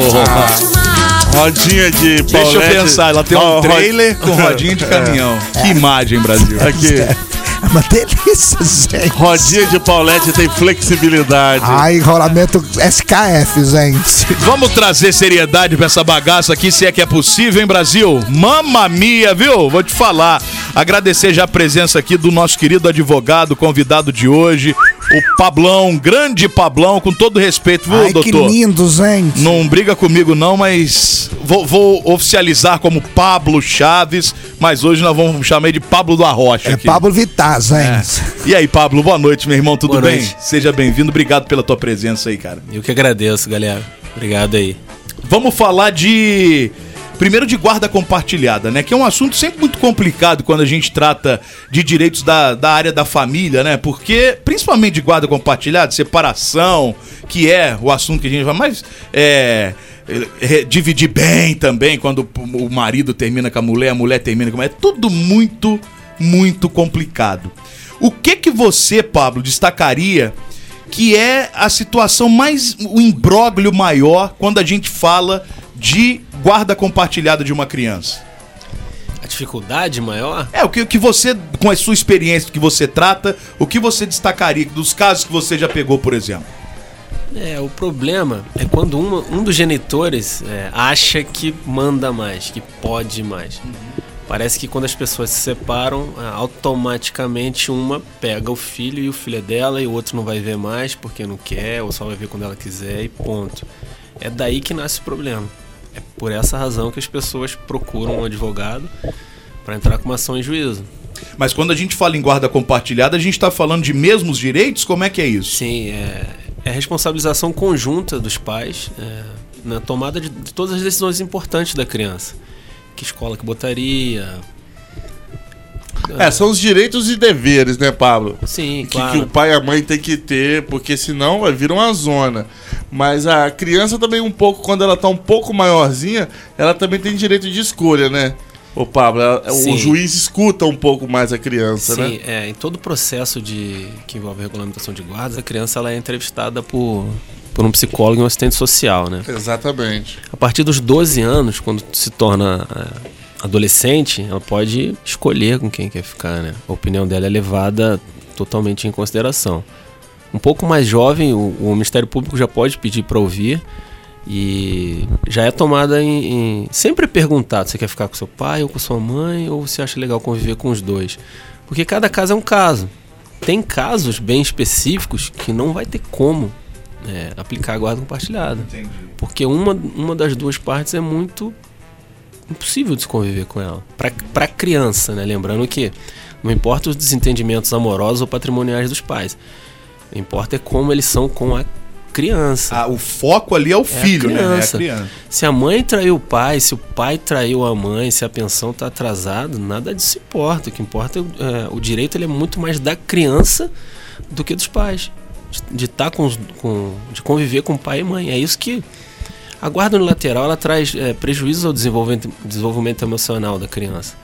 Speaker 3: Rodinha de
Speaker 7: Deixa eu
Speaker 3: Paulette.
Speaker 7: pensar, ela tem um
Speaker 3: Ó, ro-
Speaker 7: trailer com rodinha de caminhão. Que imagem, Brasil.
Speaker 3: Aqui.
Speaker 2: É uma delícia, gente.
Speaker 3: Rodinha de Paulette tem flexibilidade.
Speaker 2: Ai, rolamento SKF, gente.
Speaker 7: Vamos trazer seriedade pra essa bagaça aqui, se é que é possível, hein, Brasil? Mamma mia, viu? Vou te falar. Agradecer já a presença aqui do nosso querido advogado, convidado de hoje, o Pablão, grande Pablão, com todo respeito, viu,
Speaker 2: Ai, que
Speaker 7: doutor?
Speaker 2: lindo, gente.
Speaker 7: Não briga comigo não, mas vou, vou oficializar como Pablo Chaves, mas hoje nós vamos chamar ele de Pablo do Arrocha.
Speaker 2: É
Speaker 7: aqui. É.
Speaker 2: Pablo Vittar, gente.
Speaker 7: E aí, Pablo, boa noite, meu irmão, tudo
Speaker 15: Boa
Speaker 7: bem?
Speaker 15: noite.
Speaker 7: Seja bem-vindo, obrigado pela tua presença aí, cara.
Speaker 15: Eu que agradeço, galera. Obrigado aí.
Speaker 7: Vamos falar de. Primeiro de guarda compartilhada, né? Que é um assunto sempre muito complicado quando a gente trata de direitos da, da área da família, né? Porque, principalmente de guarda compartilhada, separação, que é o assunto que a gente vai mais. É, é, dividir bem também, quando o marido termina com a mulher, a mulher termina com a mulher. É tudo muito, muito complicado. O que que você, Pablo, destacaria que é a situação mais o imbróglio maior quando a gente fala de guarda compartilhada de uma criança.
Speaker 15: A dificuldade maior?
Speaker 7: É o que, o que você com a sua experiência que você trata, o que você destacaria dos casos que você já pegou, por exemplo?
Speaker 15: É, o problema é quando uma- um dos genitores é, acha que manda mais, que pode mais. Parece que quando as pessoas se separam, ah, automaticamente uma pega o filho e o filho é dela e o outro não vai ver mais porque não quer, ou só vai ver quando ela quiser e ponto. É daí que nasce o problema. É por essa razão que as pessoas procuram um advogado para entrar com uma ação em juízo.
Speaker 7: Mas quando a gente fala em guarda compartilhada, a gente está falando de mesmos direitos? Como é que é isso?
Speaker 15: Sim, é, é a responsabilização conjunta dos pais é, na tomada de, de todas as decisões importantes da criança. Que escola que botaria,
Speaker 3: É, são os direitos e deveres, né, Pablo?
Speaker 15: Sim,
Speaker 3: que,
Speaker 15: claro.
Speaker 3: que o pai e a mãe tem que ter, porque senão vai vir uma zona. Mas a criança também um pouco, quando ela tá um pouco maiorzinha, ela também tem direito de escolha, né? Ô Pablo, ela- o
Speaker 15: Sim.
Speaker 3: juiz escuta um pouco mais a criança,
Speaker 15: Sim,
Speaker 3: né?
Speaker 15: é, em todo o processo de, que envolve regulamentação de guardas, a criança ela é entrevistada por, por um psicólogo e um assistente social, né?
Speaker 3: Exatamente.
Speaker 15: A partir dos 12 anos, quando se torna é, adolescente, ela pode escolher com quem quer ficar, né? A opinião dela é levada totalmente em consideração. Um pouco mais jovem, o, o Ministério Público já pode pedir para ouvir e já é tomada em, em- Sempre é perguntado, você quer ficar com seu pai ou com sua mãe ou você acha legal conviver com os dois? Porque cada caso é um caso. Tem casos bem específicos que não vai ter como é, aplicar a guarda compartilhada. Porque uma, uma das duas partes é muito impossível de se conviver com ela. Pra, pra criança, né? Lembrando que não importa os desentendimentos amorosos ou patrimoniais dos pais. O que importa é como eles são com a criança.
Speaker 7: Ah, o foco ali é o filho, né? É a criança.
Speaker 15: Se a mãe traiu o pai, se o pai traiu a mãe, se a pensão tá atrasada, nada disso importa. O que importa é, o- é, o direito ele é muito mais da criança do que dos pais. De- De estar com, os- com- de conviver com pai e mãe. É isso que a guarda unilateral ela traz é, prejuízos ao desenvolvimento, desenvolvimento emocional da criança.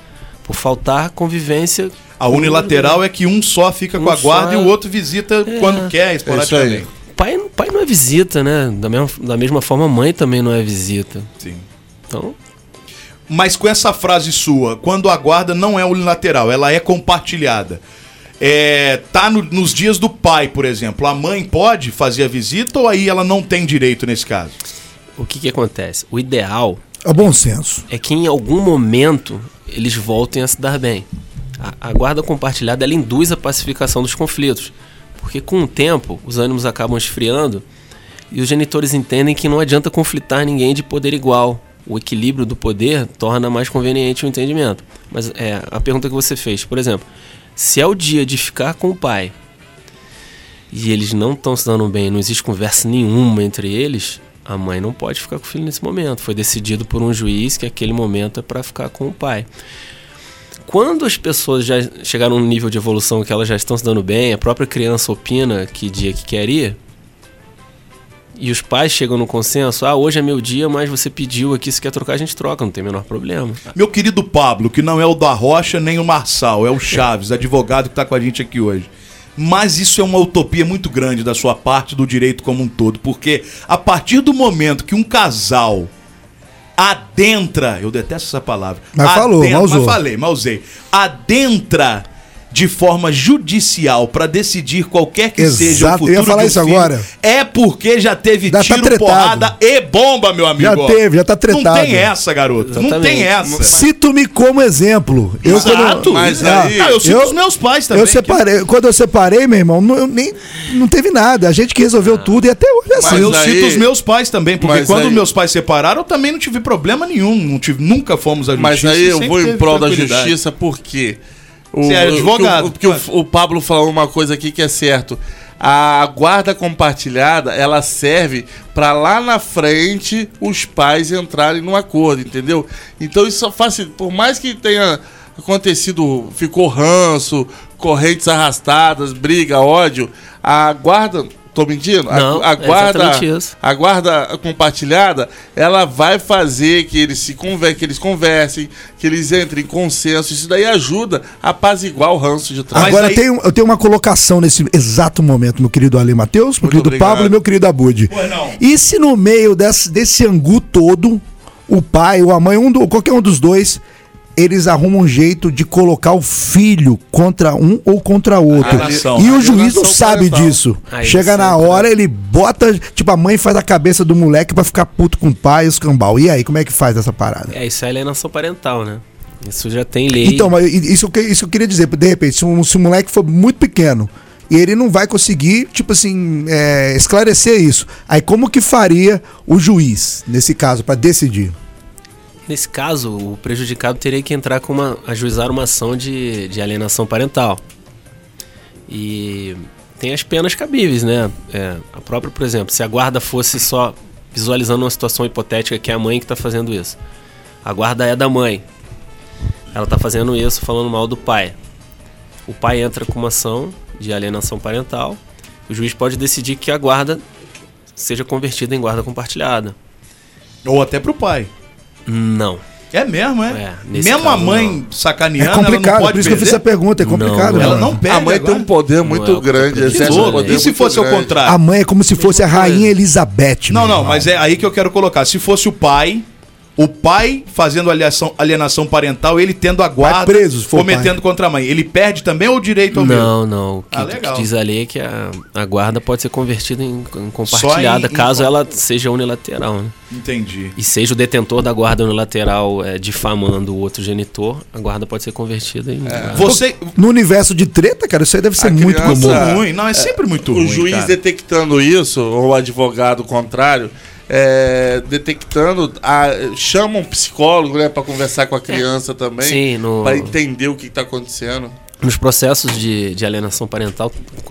Speaker 15: Por faltar convivência.
Speaker 7: A unilateral é que um só fica com a guarda e o outro visita
Speaker 15: é.
Speaker 7: quando quer, esporadicamente.
Speaker 15: Pai, pai não é visita, né? Da mesma, da mesma forma, mãe também não é visita.
Speaker 7: Sim.
Speaker 15: Então,
Speaker 7: Mas com essa frase sua, quando a guarda não é unilateral, ela é compartilhada. É, tá no- nos dias do pai, por exemplo. A mãe pode fazer a visita ou aí ela não tem direito nesse caso?
Speaker 15: o que, que acontece? O ideal
Speaker 2: É o bom senso.
Speaker 15: é que em algum momento eles voltem a se dar bem. A, a guarda compartilhada ela induz a pacificação dos conflitos, porque com o tempo os ânimos acabam esfriando e os genitores entendem que não adianta conflitar ninguém de poder igual. O equilíbrio do poder torna mais conveniente o entendimento. Mas é a pergunta que você fez, por exemplo, se é o dia de ficar com o pai e eles não estão se dando bem, não existe conversa nenhuma entre eles, a mãe não pode ficar com o filho nesse momento. Foi decidido por um juiz que aquele momento é para ficar com o pai. Quando as pessoas já chegaram num nível de evolução que elas já estão se dando bem, a própria criança opina que dia que quer ir, e os pais chegam no consenso, ah, hoje é meu dia, mas você pediu aqui, se quer trocar, a gente troca, não tem o menor problema.
Speaker 7: Meu querido Pablo, que não é o da Rocha nem o Marçal, é o Chaves, advogado que tá com a gente aqui hoje. Mas isso é uma utopia muito grande da sua parte do direito como um todo, porque a partir do momento que um casal adentra, eu detesto essa palavra,
Speaker 2: Mas falou,
Speaker 7: adentra-
Speaker 2: mas usou.
Speaker 7: mas falei, mas usei, adentra de forma judicial pra decidir qualquer que
Speaker 2: Exato,
Speaker 7: seja o
Speaker 2: eu
Speaker 7: futuro
Speaker 2: ia falar
Speaker 7: de um
Speaker 2: isso
Speaker 7: filho,
Speaker 2: agora.
Speaker 7: É porque já teve
Speaker 2: Já tá
Speaker 7: tiro,
Speaker 2: tretado.
Speaker 7: porrada e bomba, meu amigo.
Speaker 2: Já
Speaker 7: ó.
Speaker 2: teve, já tá
Speaker 7: Não
Speaker 2: tretado.
Speaker 7: tem essa, garoto. Não tem essa.
Speaker 2: Cito-me como exemplo. Eu,
Speaker 7: Exato.
Speaker 2: quando-
Speaker 7: Mas
Speaker 2: Ah,
Speaker 7: aí- Ah, eu cito os meus pais também,
Speaker 2: Eu separei, Quando eu separei, meu irmão, não, eu nem, não teve nada. A gente que resolveu tudo e até hoje é assim.
Speaker 7: Ah. Mas eu cito os meus pais também, porque
Speaker 3: Mas
Speaker 7: quando
Speaker 3: aí-
Speaker 7: meus pais separaram, eu também não tive problema nenhum. Não tive, nunca fomos à
Speaker 3: Mas
Speaker 7: justiça.
Speaker 3: aí eu
Speaker 7: sempre
Speaker 3: vou em
Speaker 7: teve
Speaker 3: prol da
Speaker 7: tranquilidade.
Speaker 3: justiça porque
Speaker 7: Você é advogado,
Speaker 3: Porque, o, o Pablo falou uma coisa aqui que é certo. A guarda compartilhada, ela serve pra lá na frente os pais entrarem num acordo, entendeu? Então isso só faz, por mais que tenha acontecido, ficou ranço, correntes arrastadas, briga, ódio, a guarda, tô mentindo? A-
Speaker 15: Não,
Speaker 3: a,
Speaker 15: é
Speaker 3: guarda,
Speaker 15: exatamente isso.
Speaker 3: a guarda compartilhada, ela vai fazer que eles se conver que eles conversem, que eles entrem em consenso. Isso daí ajuda a apaziguar o ranço de trás.
Speaker 2: Agora
Speaker 3: Mas aí-
Speaker 2: tem, um eu tenho uma colocação nesse exato momento, meu querido Ali Matheus, meu querido
Speaker 3: obrigado.
Speaker 2: Pablo e meu querido Abud. E se no meio desse, desse angu todo, o pai ou a mãe, um do, qualquer um dos dois, eles arrumam um jeito de colocar o filho contra um ou contra outro.
Speaker 7: Alienação.
Speaker 3: né?
Speaker 2: e o juiz não
Speaker 7: Alienação
Speaker 2: sabe
Speaker 7: parental.
Speaker 2: disso.
Speaker 7: Aí
Speaker 2: Chega na
Speaker 7: sempre.
Speaker 2: hora, ele bota. Tipo, a mãe faz a cabeça do moleque pra ficar puto com o pai e os cambal. E aí, como é que faz essa parada?
Speaker 15: É, isso é alienação parental, né? Isso já tem lei.
Speaker 2: Então, mas i- isso, eu que- isso eu queria dizer. De repente, se um, se um moleque for muito pequeno e ele não vai conseguir, tipo assim, é, esclarecer isso. Aí como que faria o juiz, nesse caso, pra decidir?
Speaker 15: Nesse caso, o prejudicado teria que entrar com uma. ajuizar uma ação de, de alienação parental. E tem as penas cabíveis, né? É, a própria, por exemplo, se a guarda fosse só visualizando uma situação hipotética que é a mãe que está fazendo isso. A guarda é da mãe. Ela está fazendo isso tá falando mal do pai. O pai entra com uma ação de alienação parental. O juiz pode decidir que a guarda seja convertida em guarda compartilhada.
Speaker 7: Ou até pro pai.
Speaker 15: Não.
Speaker 7: É mesmo, é?
Speaker 15: nesse
Speaker 7: Mesmo a
Speaker 15: caso,
Speaker 7: mãe sacaneando,
Speaker 2: É complicado,
Speaker 7: ela não pode
Speaker 2: por isso que eu fiz
Speaker 7: perder?
Speaker 2: essa pergunta, é complicado,
Speaker 7: Ela
Speaker 2: mano.
Speaker 7: não perde
Speaker 16: A mãe tem um poder muito
Speaker 7: Não é o
Speaker 16: grande,
Speaker 7: poder.
Speaker 16: exerce
Speaker 7: Que
Speaker 16: um
Speaker 7: louco.
Speaker 16: poder
Speaker 7: E se
Speaker 16: muito
Speaker 7: fosse ao
Speaker 16: grande.
Speaker 7: contrário?
Speaker 2: A mãe é como se fosse a rainha Elizabeth.
Speaker 7: Não, não, mas é aí que eu quero colocar. Se fosse o pai, o pai fazendo alienação, alienação parental, ele tendo a guarda,
Speaker 2: preso, se for o
Speaker 7: cometendo contra a mãe, ele perde também o direito ao
Speaker 15: Não,
Speaker 7: meu?
Speaker 15: não. O que,
Speaker 7: Então, Ah,
Speaker 15: o que
Speaker 7: legal.
Speaker 15: diz ali é que a, a guarda pode ser convertida em, em compartilhada,
Speaker 7: em- em
Speaker 15: caso
Speaker 7: com-
Speaker 15: ela seja unilateral, né?
Speaker 7: Entendi.
Speaker 15: E seja o detentor da guarda unilateral eh, difamando o outro genitor, a guarda pode ser convertida em.
Speaker 7: É. Você-
Speaker 2: No universo de treta, cara, isso aí deve ser muito comum.
Speaker 7: muito
Speaker 16: o
Speaker 7: ruim,
Speaker 16: O juiz
Speaker 7: cara.
Speaker 16: detectando isso, ou o advogado contrário, é, detectando, a- chama um psicólogo né, para conversar com a criança também,
Speaker 15: Sim, no-
Speaker 16: para entender o que está
Speaker 3: tá
Speaker 16: acontecendo.
Speaker 15: Nos processos de, de alienação parental,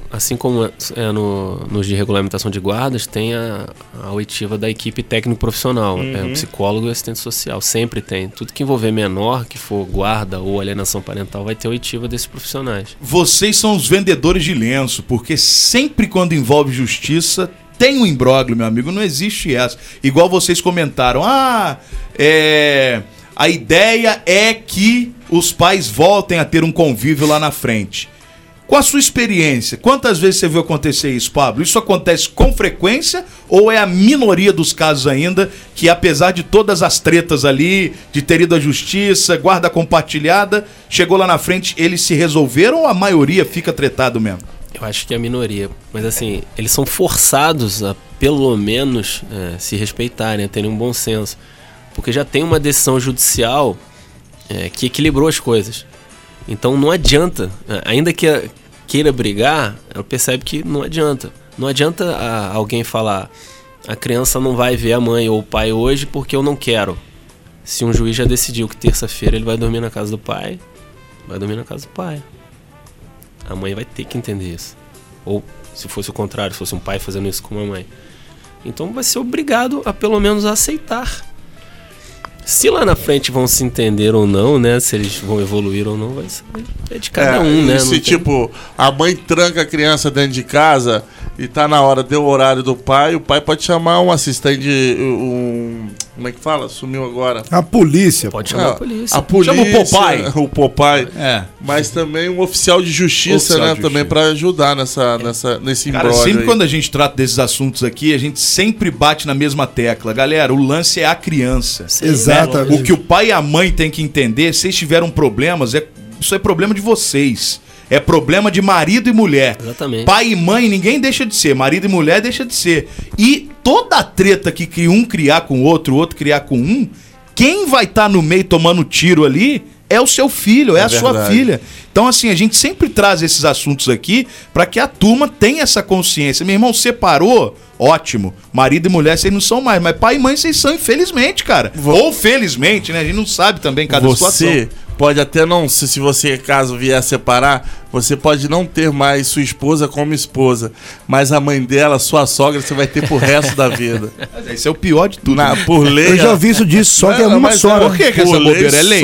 Speaker 15: assim como é, no, nos de regulamentação de guardas, tem a, a oitiva da equipe técnico-profissional,
Speaker 17: Uhum.
Speaker 15: é, o psicólogo e o assistente social, sempre tem. Tudo que envolver menor, que for guarda ou alienação parental, vai ter oitiva desses profissionais.
Speaker 7: Vocês são os vendedores de lenço, porque sempre quando envolve justiça tem um imbróglio, meu amigo. Não existe essa. Igual vocês comentaram, ah, é. A ideia é que os pais voltem a ter um convívio lá na frente. Com a sua experiência, quantas vezes você viu acontecer isso, Pablo? Isso acontece com frequência ou é a minoria dos casos ainda que, apesar de todas as tretas ali, de ter ido à justiça, guarda compartilhada, chegou lá na frente, eles se resolveram ou a maioria fica tretado mesmo?
Speaker 15: Eu acho que é a minoria. Mas assim, eles são forçados a, pelo menos, é, se respeitarem, a terem um bom senso. Porque já tem uma decisão judicial é, que equilibrou as coisas. Então não adianta. é, Ainda que a- queira brigar, ela percebe que não adianta. Não adianta a- alguém falar, a criança não vai ver a mãe ou o pai hoje porque eu não quero. Se um juiz já decidiu que terça-feira ele vai dormir na casa do pai, vai dormir na casa do pai. A mãe vai ter que entender isso. Ou se fosse o contrário, se fosse um pai fazendo isso com uma mãe. Então vai ser obrigado a pelo menos aceitar. Se lá na frente vão se entender ou não, né? Se eles vão evoluir ou não, vai ser é de cada
Speaker 16: É,
Speaker 15: um, né?
Speaker 16: e
Speaker 15: Não
Speaker 16: Se,
Speaker 15: tem-
Speaker 16: tipo, a mãe tranca a criança dentro de casa e tá na hora, deu o horário do pai, o pai pode chamar um assistente, um... Como é que fala? Sumiu agora.
Speaker 2: A polícia.
Speaker 15: Pode
Speaker 16: Não, Ah, A polícia.
Speaker 7: Chama o Popeye.
Speaker 16: O Popeye.
Speaker 7: É.
Speaker 16: Mas também um oficial de justiça,
Speaker 7: Oficial
Speaker 16: né?
Speaker 7: de
Speaker 16: também para ajudar nessa, nessa, nesse
Speaker 7: Cara,
Speaker 16: embrólio
Speaker 7: sempre
Speaker 16: aí.
Speaker 7: quando a gente trata desses assuntos aqui, a gente sempre bate na mesma tecla. Galera, o lance é a criança.
Speaker 2: Sim. Exatamente.
Speaker 7: O que o pai e a mãe têm que entender, se eles tiveram problemas, é, isso é problema de vocês. É problema de marido e mulher.
Speaker 15: Exatamente.
Speaker 7: Pai e mãe, ninguém deixa de ser. Marido e mulher deixa de ser. E toda a treta que cri- um criar com o outro, o outro criar com um, quem vai estar no meio tomando tiro ali é o seu filho, é,
Speaker 16: É
Speaker 7: a sua
Speaker 16: verdade.
Speaker 7: filha. Então, assim, a gente sempre traz esses assuntos aqui pra que a turma tenha essa consciência. Meu irmão, separou? Ótimo. Marido e mulher, vocês não são mais. Mas pai e mãe, vocês são, infelizmente, cara. Ou felizmente, né? A gente não sabe também cada
Speaker 16: você
Speaker 7: situação.
Speaker 16: pode até não, se, se você caso vier a separar, você pode não ter mais sua esposa como esposa, mas a mãe dela, sua sogra, você vai ter pro resto da vida.
Speaker 7: Esse é o pior de tudo.
Speaker 16: Na, por lei,
Speaker 2: Eu já ouvi isso disso, só que é uma só.
Speaker 7: Por que, que essa bobeira? É lei, lei.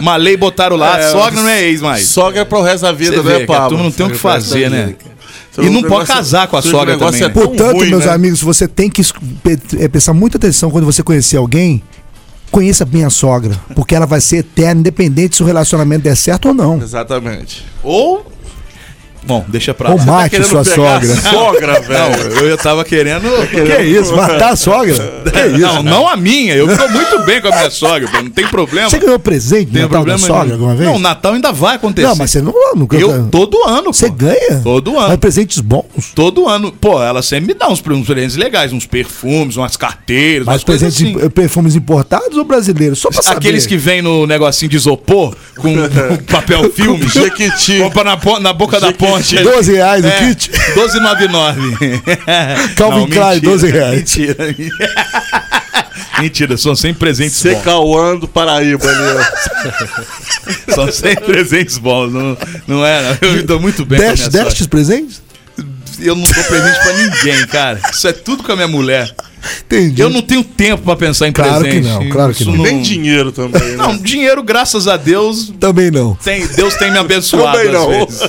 Speaker 7: Uma lei botaram lá,
Speaker 16: É,
Speaker 7: sogra não é ex mais.
Speaker 16: Sogra pro resto da vida,
Speaker 7: Você
Speaker 16: né,
Speaker 7: é vê que a
Speaker 16: Pablo?
Speaker 7: turma não tem o que
Speaker 16: Sogra pro resto
Speaker 7: fazer,
Speaker 16: da
Speaker 7: né?
Speaker 16: vida, cara.
Speaker 7: E não pode casar com a
Speaker 16: seu
Speaker 7: sogra
Speaker 16: negócio
Speaker 7: também,
Speaker 16: um é tão
Speaker 2: Portanto,
Speaker 16: ruim,
Speaker 2: meus
Speaker 16: né?
Speaker 2: amigos, você tem que es- pe- é, prestar muita atenção quando você conhecer alguém. Conheça bem a sogra, porque ela vai ser eterna, independente se o relacionamento der certo ou não.
Speaker 16: Exatamente.
Speaker 7: Ou. Bom, deixa pra lá.
Speaker 2: Ou mate
Speaker 7: querendo
Speaker 2: sua
Speaker 7: pegar
Speaker 2: sogra.
Speaker 7: a
Speaker 16: Sogra,
Speaker 7: velho. Não, eu tava querendo.
Speaker 2: Que isso, matar a sogra? Que isso?
Speaker 7: Não, não a minha. Eu tô muito bem com a minha sogra, pô, não tem problema.
Speaker 2: Você ganhou presente
Speaker 16: um
Speaker 2: de
Speaker 7: Tem
Speaker 2: Natal da
Speaker 7: problema
Speaker 2: sogra
Speaker 7: nenhum.
Speaker 2: alguma vez?
Speaker 7: Não, Natal ainda vai acontecer.
Speaker 2: Não, mas você não, nunca.
Speaker 7: Eu todo ano.
Speaker 2: Você ganha?
Speaker 7: Todo ano. Mas
Speaker 2: presentes bons?
Speaker 7: Todo ano. Pô, ela sempre me dá uns pre- uns presentes legais, uns perfumes, umas carteiras,
Speaker 2: Mas
Speaker 7: umas coisas
Speaker 2: presentes,
Speaker 7: assim.
Speaker 2: eh, perfumes importados ou brasileiros? Só pra saber.
Speaker 7: Aqueles que vêm no negocinho de isopor com, com papel filme. Jequiti. Compra na, po- na boca da ponte. É,
Speaker 2: 12 reais o kit?
Speaker 7: 12,99.
Speaker 2: Calvin
Speaker 7: Não,
Speaker 2: Klein,
Speaker 7: mentira,
Speaker 2: 12 reais.
Speaker 7: Mentira. mentira, são sempre presentes bons.
Speaker 16: Secauã do Paraíba ali,
Speaker 7: São sempre presentes bons. Não, não é, não. Eu me dou muito bem. né, com a
Speaker 2: Deste,
Speaker 7: minha
Speaker 2: deste
Speaker 7: sogra.
Speaker 2: os presentes?
Speaker 7: Eu não dou presente pra ninguém, cara. Isso é tudo com a minha mulher.
Speaker 2: Entendi.
Speaker 7: Eu não tenho tempo pra pensar em
Speaker 2: Claro que
Speaker 7: presente.
Speaker 2: não, claro que
Speaker 7: Isso
Speaker 2: não.
Speaker 16: Nem dinheiro também. né?
Speaker 7: Não, dinheiro, graças a Deus,
Speaker 2: Também não.
Speaker 7: tem- Deus tem me abençoado
Speaker 16: Também não.
Speaker 7: às vezes.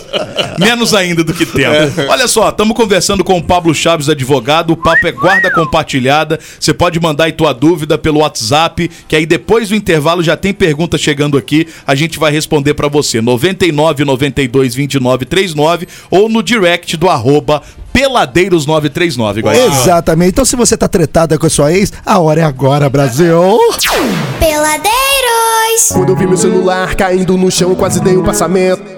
Speaker 7: Menos ainda do que tempo. Olha só, estamos conversando com o Pablo Chaves, advogado. O papo é guarda compartilhada. Você pode mandar aí tua dúvida pelo WhatsApp, que aí depois do intervalo já tem pergunta chegando aqui. A gente vai responder pra você. 99 92 29 39 ou no direct do arroba peladeiros939. igual aí.
Speaker 2: Exatamente. Então, se você tá tretada com a sua ex, a hora é agora, Brasil.
Speaker 4: Peladeiros!
Speaker 12: Quando eu vi meu celular caindo no chão, quase dei um passamento.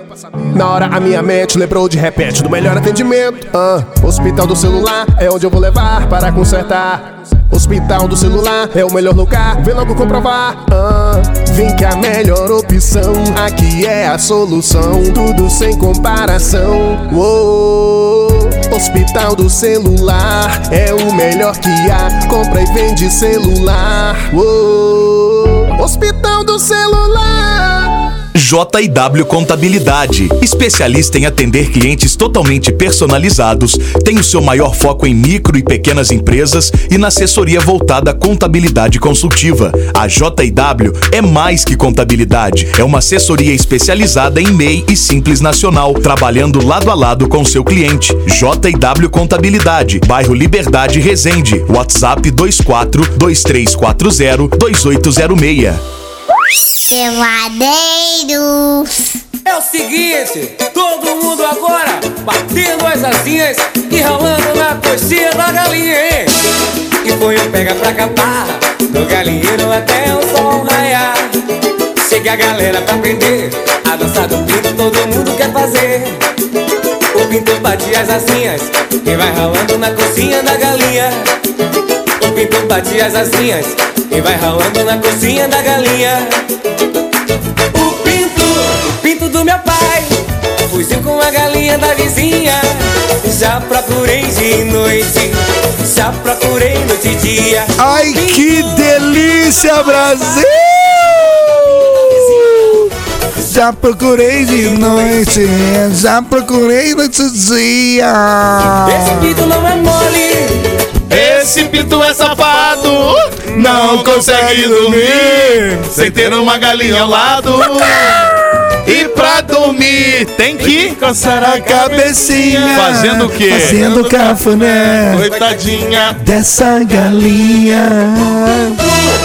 Speaker 12: Na hora a minha mente lembrou de repente do melhor atendimento. Ah, hospital do celular é onde eu vou levar para consertar. Hospital do celular é o melhor lugar, vem logo comprovar. Ah, vem que a melhor opção aqui é a solução, tudo sem comparação. Uou. Hospital do celular é o melhor que há, compra e vende celular. Uou. Hospital do celular.
Speaker 13: JW Contabilidade, especialista em atender clientes totalmente personalizados, tem o seu maior foco em micro e pequenas empresas e na assessoria voltada à contabilidade consultiva. A JW é mais que contabilidade, é uma assessoria especializada em MEI e Simples Nacional, trabalhando lado a lado com seu cliente. JW Contabilidade, bairro Liberdade Resende, WhatsApp 24 2340 2806.
Speaker 4: Peladeiros!
Speaker 17: É o seguinte, todo mundo agora batendo as asinhas e ralando na coxinha da galinha, hein? E foi um pega pra capar, do galinheiro até o sol raiar. Chega a galera pra aprender, a dança do pinto todo mundo quer fazer. O pinto bate as asinhas e vai ralando na coxinha da galinha. O pinto bate as asinhas e vai ralando na coxinha da galinha. O pinto, o pinto do meu pai Fugiu com a galinha da vizinha Já procurei de noite Já procurei noite e dia
Speaker 2: Ai, que delícia, Brasil! Já procurei de noite, já procurei noite dia. ah.
Speaker 17: Esse pinto não é mole
Speaker 7: Esse pinto é safado, não consegue dormir sem ter uma galinha ao lado. E pra dormir tem que
Speaker 2: coçar a cabecinha.
Speaker 7: Fazendo o quê?
Speaker 2: Fazendo cafuné
Speaker 7: Coitadinha.
Speaker 2: dessa galinha.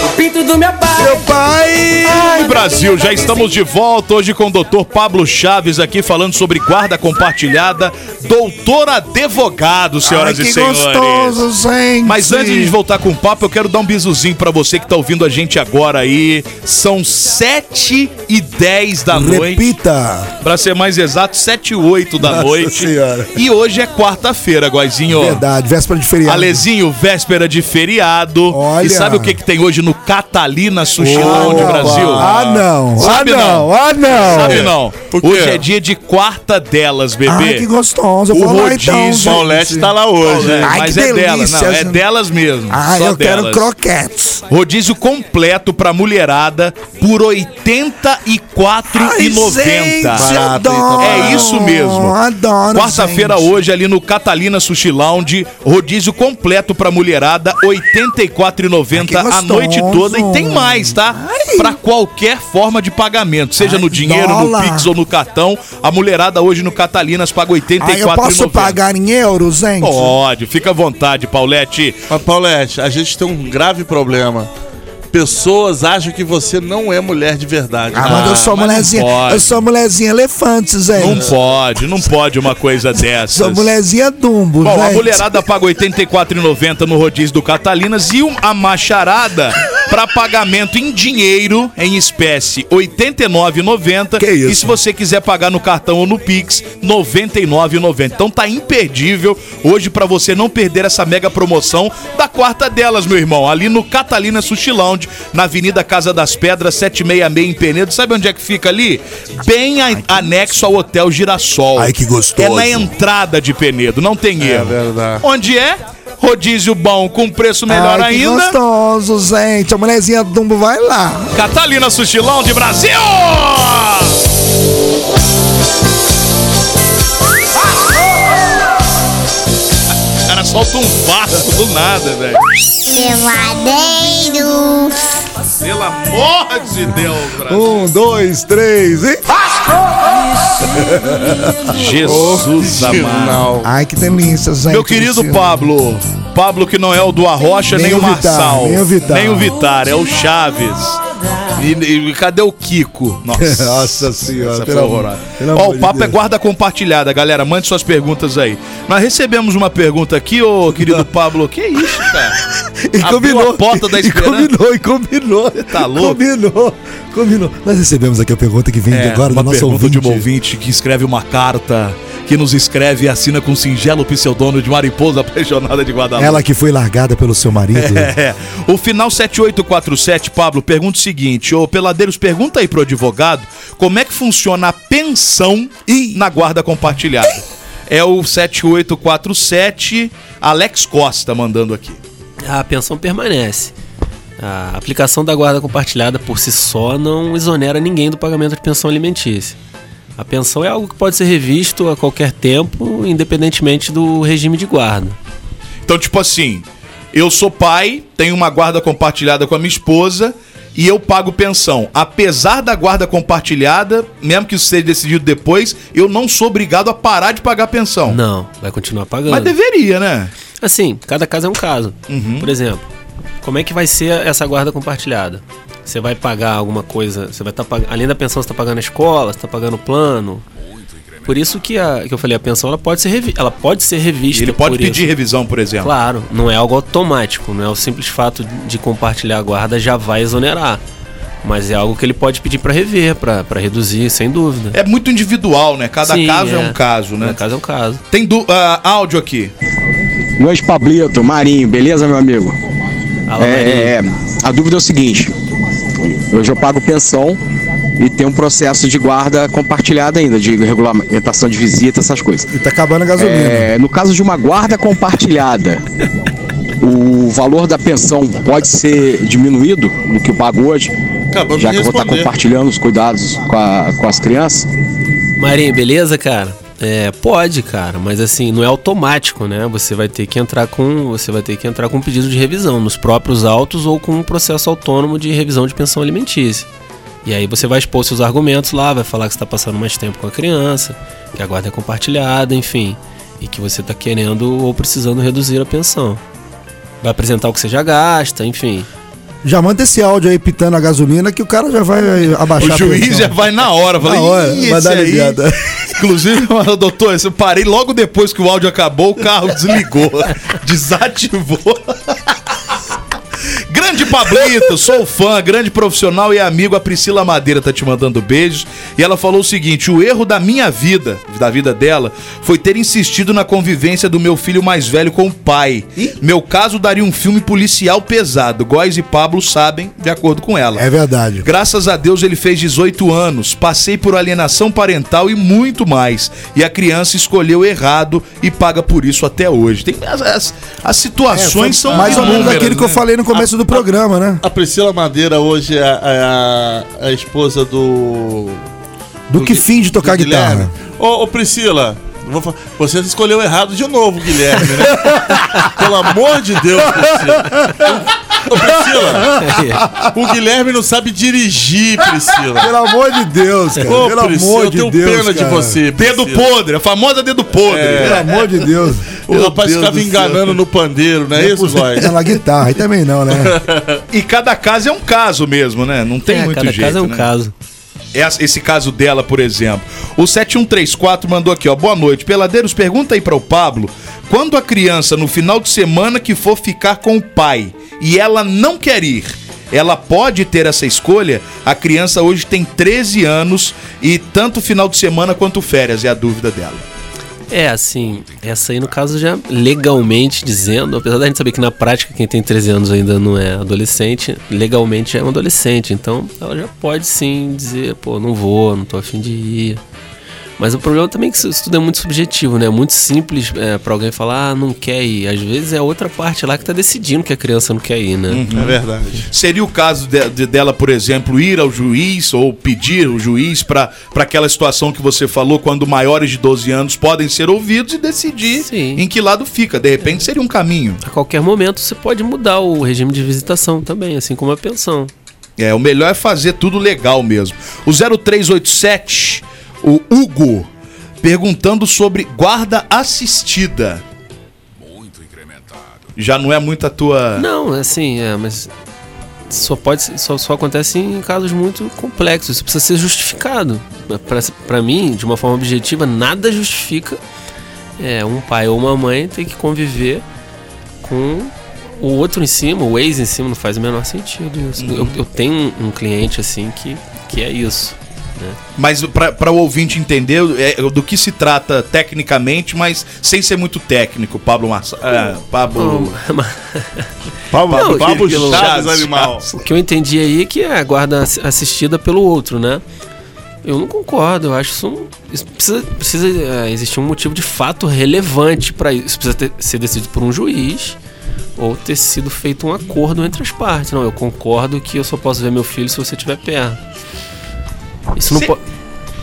Speaker 17: O pinto do meu pai Meu
Speaker 2: pai
Speaker 7: Ai, Brasil, já estamos de volta hoje com o doutor Pablo Chaves aqui falando sobre guarda compartilhada, doutor advogado, senhoras
Speaker 2: Ai, que
Speaker 7: e senhores.
Speaker 2: gostoso, gente.
Speaker 7: Mas antes de voltar com o papo, eu quero dar um bizuzinho pra você que tá ouvindo a gente agora aí. São 7 e 10 da noite.
Speaker 2: Repita.
Speaker 7: Pra ser mais exato, 7 e 8 da
Speaker 2: Nossa
Speaker 7: noite.
Speaker 2: Senhora.
Speaker 7: E hoje é quarta-feira, Guaizinho.
Speaker 2: Verdade, véspera de feriado.
Speaker 7: Alezinho, véspera de feriado.
Speaker 2: Olha.
Speaker 7: E sabe o que, que tem hoje no Catalina Sushi
Speaker 2: Opa.
Speaker 7: Lounge Brasil?
Speaker 2: Ah, não.
Speaker 7: Sabe
Speaker 2: ah, não. Ah, não.
Speaker 7: Sabe não.
Speaker 16: Por quê?
Speaker 7: Hoje é dia de quarta delas, bebê.
Speaker 2: Ai, que gostoso. Eu
Speaker 7: O
Speaker 2: vou lá então.
Speaker 7: rodízio.
Speaker 2: gente.
Speaker 16: Paulette tá lá hoje, né?
Speaker 2: Ai,
Speaker 7: Mas
Speaker 2: que
Speaker 7: é delas,
Speaker 2: delícia,
Speaker 7: não, é
Speaker 2: gente.
Speaker 7: delas mesmo.
Speaker 2: Ah,
Speaker 7: só
Speaker 2: eu quero
Speaker 7: delas.
Speaker 2: croquetes.
Speaker 7: Rodízio completo pra mulherada por R$ 84,90.
Speaker 2: gente,
Speaker 7: Barato, hein?
Speaker 2: adoro.
Speaker 7: É isso mesmo.
Speaker 2: Adoro,
Speaker 7: Quarta-feira
Speaker 2: gente.
Speaker 7: hoje ali no Catalina Sushi Lounge, rodízio completo pra mulherada, R$ 84,90
Speaker 2: Ai, que
Speaker 7: a noite toda e tem
Speaker 2: gostoso.
Speaker 7: mais, tá? Pra qualquer forma de pagamento, seja no dinheiro,
Speaker 2: dólar.
Speaker 7: no Pix ou no cartão, a mulherada hoje no Catalinas paga R$ 84,90.
Speaker 2: Ah, eu posso pagar em euros, gente?
Speaker 7: Pode, fica à vontade, Paulette.
Speaker 16: Mas, Paulette, a gente tem um grave problema. Pessoas acham que você não é mulher de verdade.
Speaker 2: Ah, mas eu sou
Speaker 7: mas não
Speaker 2: mulherzinha.
Speaker 7: pode.
Speaker 2: Eu sou mulherzinha elefante, gente.
Speaker 7: Não pode, não pode uma coisa dessas.
Speaker 2: Sou mulherzinha dumbo,
Speaker 7: Bom, a
Speaker 2: gente.
Speaker 7: mulherada paga R$ 84,90 no rodízio do Catalinas e um- a macharada para pagamento em dinheiro, em espécie, R$ 89,90.
Speaker 2: Que isso?
Speaker 7: E se você quiser pagar no cartão ou no Pix, R$ 99,90. Então tá imperdível hoje para você não perder essa mega promoção da quarta delas, meu irmão. Ali no Catalina Sushi Lounge, na Avenida Casa das Pedras, 766 em Penedo. Sabe onde é que fica ali? Bem a- anexo ao Hotel Girassol.
Speaker 2: Ai, que gostoso.
Speaker 7: É na entrada de Penedo, não tem
Speaker 2: É
Speaker 7: erro.
Speaker 16: verdade.
Speaker 7: Onde é? Rodízio bom com preço melhor
Speaker 2: Ai, que
Speaker 7: ainda.
Speaker 2: gostoso, gente. A mulherzinha dumbo vai lá.
Speaker 7: Catalina Sushilão de Brasil! Ah! O cara solta um vaso do nada, velho.
Speaker 4: Peladeiros.
Speaker 3: Pelo amor de Deus, Brasil.
Speaker 2: Um, dois, três e.
Speaker 7: Jesus amado.
Speaker 2: Ai, que delícia, gente.
Speaker 7: Meu querido Pablo. Pablo que não é o do Arrocha, nem,
Speaker 2: Nem
Speaker 7: o
Speaker 2: o Vittar,
Speaker 7: Marçal.
Speaker 2: nem o Vittar.
Speaker 7: Nem o Vittar, é o Chaves. E, e cadê o Kiko? Nossa,
Speaker 2: Nossa senhora,
Speaker 7: essa foi
Speaker 2: pelo amor-
Speaker 7: horrorosa.
Speaker 2: pelo
Speaker 7: Ó,
Speaker 2: amor
Speaker 7: o
Speaker 2: de
Speaker 7: papo é
Speaker 2: Deus.
Speaker 7: guarda compartilhada, galera. Mande suas perguntas aí. Nós recebemos uma pergunta aqui, ô querido Pablo. Que isso, cara?
Speaker 2: E
Speaker 7: Abriu
Speaker 2: combinou.
Speaker 7: a porta da
Speaker 2: e
Speaker 7: esperança.
Speaker 2: combinou, e combinou.
Speaker 7: tá louco?
Speaker 2: Combinou, combinou. Nós recebemos aqui a pergunta que vem de
Speaker 7: É,
Speaker 2: agora
Speaker 7: uma
Speaker 2: do nosso
Speaker 7: pergunta
Speaker 2: ouvinte.
Speaker 7: de um ouvinte que escreve uma carta, que nos escreve e assina com singelo pseudônimo de mariposa apaixonada de Guadalupe.
Speaker 2: Ela que foi largada pelo seu marido.
Speaker 7: tá É. O final 7847, Pablo, pergunta o seguinte: Ô Peladeiros, pergunta aí pro advogado como é que funciona a pensão na guarda compartilhada. É o 7847, Alex Costa mandando aqui.
Speaker 15: A pensão permanece. A aplicação da guarda compartilhada por si só não exonera ninguém do pagamento de pensão alimentícia. A pensão é algo que pode ser revisto a qualquer tempo, independentemente do regime de guarda.
Speaker 7: Então, tipo assim, eu sou pai, tenho uma guarda compartilhada com a minha esposa e eu pago pensão. Apesar da guarda compartilhada, mesmo que isso seja decidido depois, eu não sou obrigado a parar de pagar pensão.
Speaker 15: Não, vai continuar pagando.
Speaker 7: Mas deveria, né? Uhum.
Speaker 15: Assim, cada caso é um caso. Por exemplo, como é que vai ser essa guarda compartilhada? Você vai pagar alguma coisa, você vai estar além da pensão, você está pagando a escola, você está pagando o plano. Por isso que, a, que eu falei, a pensão ela pode ser, revi- ela pode ser revista.
Speaker 7: Ele pode
Speaker 15: por
Speaker 7: pedir
Speaker 15: isso.
Speaker 7: revisão, por exemplo.
Speaker 15: Claro, não é algo automático, não é o simples fato de compartilhar a guarda já vai exonerar. Mas é algo que ele pode pedir para rever, para reduzir, sem dúvida.
Speaker 7: É muito individual, né? Cada
Speaker 15: Sim,
Speaker 7: caso é.
Speaker 15: é.
Speaker 7: um caso, né?
Speaker 15: Cada caso é um caso.
Speaker 7: Tem du- ah, áudio aqui.
Speaker 18: Luiz Pablito, Marinho, beleza, meu amigo?
Speaker 7: Alô,
Speaker 18: é, a dúvida é o seguinte: hoje eu pago pensão e tem um processo de guarda compartilhada ainda, de regulamentação de visita, essas coisas.
Speaker 2: E tá acabando a gasolina.
Speaker 18: É, no caso de uma guarda compartilhada, o valor da pensão pode ser diminuído do que eu pago hoje?
Speaker 3: Acabamos
Speaker 18: já
Speaker 3: de
Speaker 18: que eu vou estar
Speaker 3: responder.
Speaker 18: compartilhando os cuidados com, a- com as crianças?
Speaker 15: Marinho, beleza, cara? É, pode, cara, mas assim, não é automático, né? Você vai ter que entrar com, você vai ter que entrar com um pedido de revisão nos próprios autos ou com um processo autônomo de revisão de pensão alimentícia. E aí você vai expor seus argumentos lá, vai falar que você está passando mais tempo com a criança, que a guarda é compartilhada, enfim, e que você está querendo ou precisando reduzir a pensão. Vai apresentar o que você já gasta, enfim.
Speaker 2: Já manda esse áudio aí pitando a gasolina que o cara já vai eh, abaixar
Speaker 7: o
Speaker 2: a
Speaker 7: juiz
Speaker 2: pressão.
Speaker 7: já vai na hora. Fala,
Speaker 2: Na hora,
Speaker 7: "Ih,
Speaker 2: vai
Speaker 7: esse
Speaker 2: dar
Speaker 7: aí."
Speaker 2: aliviada.
Speaker 7: Inclusive, doutor, eu parei logo depois que o áudio acabou, o carro desligou, desativou. Grande Pablito, sou fã, grande profissional e amigo. A Priscila Madeira tá te mandando beijos. E ela falou o seguinte: o erro da minha vida, da vida dela, foi ter insistido na convivência do meu filho mais velho com o pai. Meu caso daria um filme policial pesado. Góis e Pablo sabem, de acordo com ela.
Speaker 2: É verdade.
Speaker 7: Graças a Deus ele fez 18 anos, passei por alienação parental e muito mais. E a criança escolheu errado e paga por isso até hoje. Tem as, as- as situações são
Speaker 2: É, mais ou menos
Speaker 7: inúmeras,
Speaker 2: aquilo que eu
Speaker 7: né?
Speaker 2: falei no começo do programa, né?
Speaker 16: A Priscila Madeira hoje é a, é a- a esposa do.
Speaker 2: Do que finge tocar
Speaker 16: Guilherme.
Speaker 2: guitarra.
Speaker 16: Ô, ô, Priscila, eu vou fa- você escolheu errado de novo, Guilherme, né? Pelo amor de Deus, Priscila. Ô, Priscila, o Guilherme não sabe dirigir, Priscila.
Speaker 2: Pelo amor de Deus, cara.
Speaker 16: Ô,
Speaker 2: Pelo
Speaker 16: Priscila,
Speaker 2: amor
Speaker 16: eu
Speaker 2: de
Speaker 16: tenho
Speaker 2: Deus.
Speaker 16: pena de
Speaker 2: cara.
Speaker 16: você.
Speaker 7: Dedo
Speaker 16: Priscila.
Speaker 7: podre, a famosa dedo podre.
Speaker 2: Pelo amor de Deus.
Speaker 16: O rapaz ficava enganando no pandeiro, não é isso, Góis?
Speaker 2: Ela guitarra, e também não, né?
Speaker 7: E cada caso é um caso mesmo, né? Não tem
Speaker 15: É,
Speaker 7: muito
Speaker 15: cada
Speaker 7: jeito.
Speaker 15: caso é um
Speaker 7: né?
Speaker 15: caso.
Speaker 7: Essa- Esse caso dela, por exemplo. O 7134 mandou aqui, ó. Boa noite. Peladeiros, pergunta aí para o Pablo quando a criança, no final de semana, que for ficar com o pai e ela não quer ir. Ela pode ter essa escolha? A criança hoje tem 13 anos e tanto final de semana quanto férias, é a dúvida dela.
Speaker 15: É, assim, essa aí no caso já legalmente dizendo, apesar da gente saber que na prática quem tem 13 anos ainda não é adolescente, legalmente já é um adolescente, então ela já pode sim dizer, pô, não vou, não tô afim de ir. Mas o problema também é que isso tudo é muito subjetivo, né? É muito simples é, para alguém falar, ah, não quer ir. Às vezes é a outra parte lá que tá decidindo que a criança não quer ir, né?
Speaker 7: Uhum. É verdade. Seria o caso de, de, dela, por exemplo, ir ao juiz ou pedir o juiz para aquela situação que você falou, quando maiores de 12 anos podem ser ouvidos e decidir Sim. em que lado fica. De repente seria um caminho.
Speaker 15: É. A qualquer momento você pode mudar o regime de visitação também, assim como a pensão.
Speaker 7: É, o melhor é fazer tudo legal mesmo. O 0387 o Hugo perguntando sobre guarda assistida. Muito incrementado. Já não é muito a tua.
Speaker 15: Não, assim, é, mas só pode só, só acontece em casos muito complexos. Isso precisa ser justificado. Para mim, de uma forma objetiva, nada justifica é, um pai ou uma mãe ter que conviver com o outro em cima, o ex em cima, não faz o menor sentido isso. Uhum. Eu, eu tenho um cliente assim que, que é isso.
Speaker 7: Mas para o ouvinte entender é, do que se trata tecnicamente, mas sem ser muito técnico, Pablo Marçal. É, Pablo.
Speaker 15: Pablo, Não, Pablo que, Chaves, animal. O que eu entendi aí é que é a guarda assistida pelo outro, né? Eu não concordo, eu acho isso. Um, isso precisa, precisa é, existir um motivo de fato relevante para isso. Isso precisa ter, ser decidido por um juiz ou ter sido feito um acordo entre as partes. Não, eu concordo que eu só posso ver meu filho se você estiver perto. Isso não, po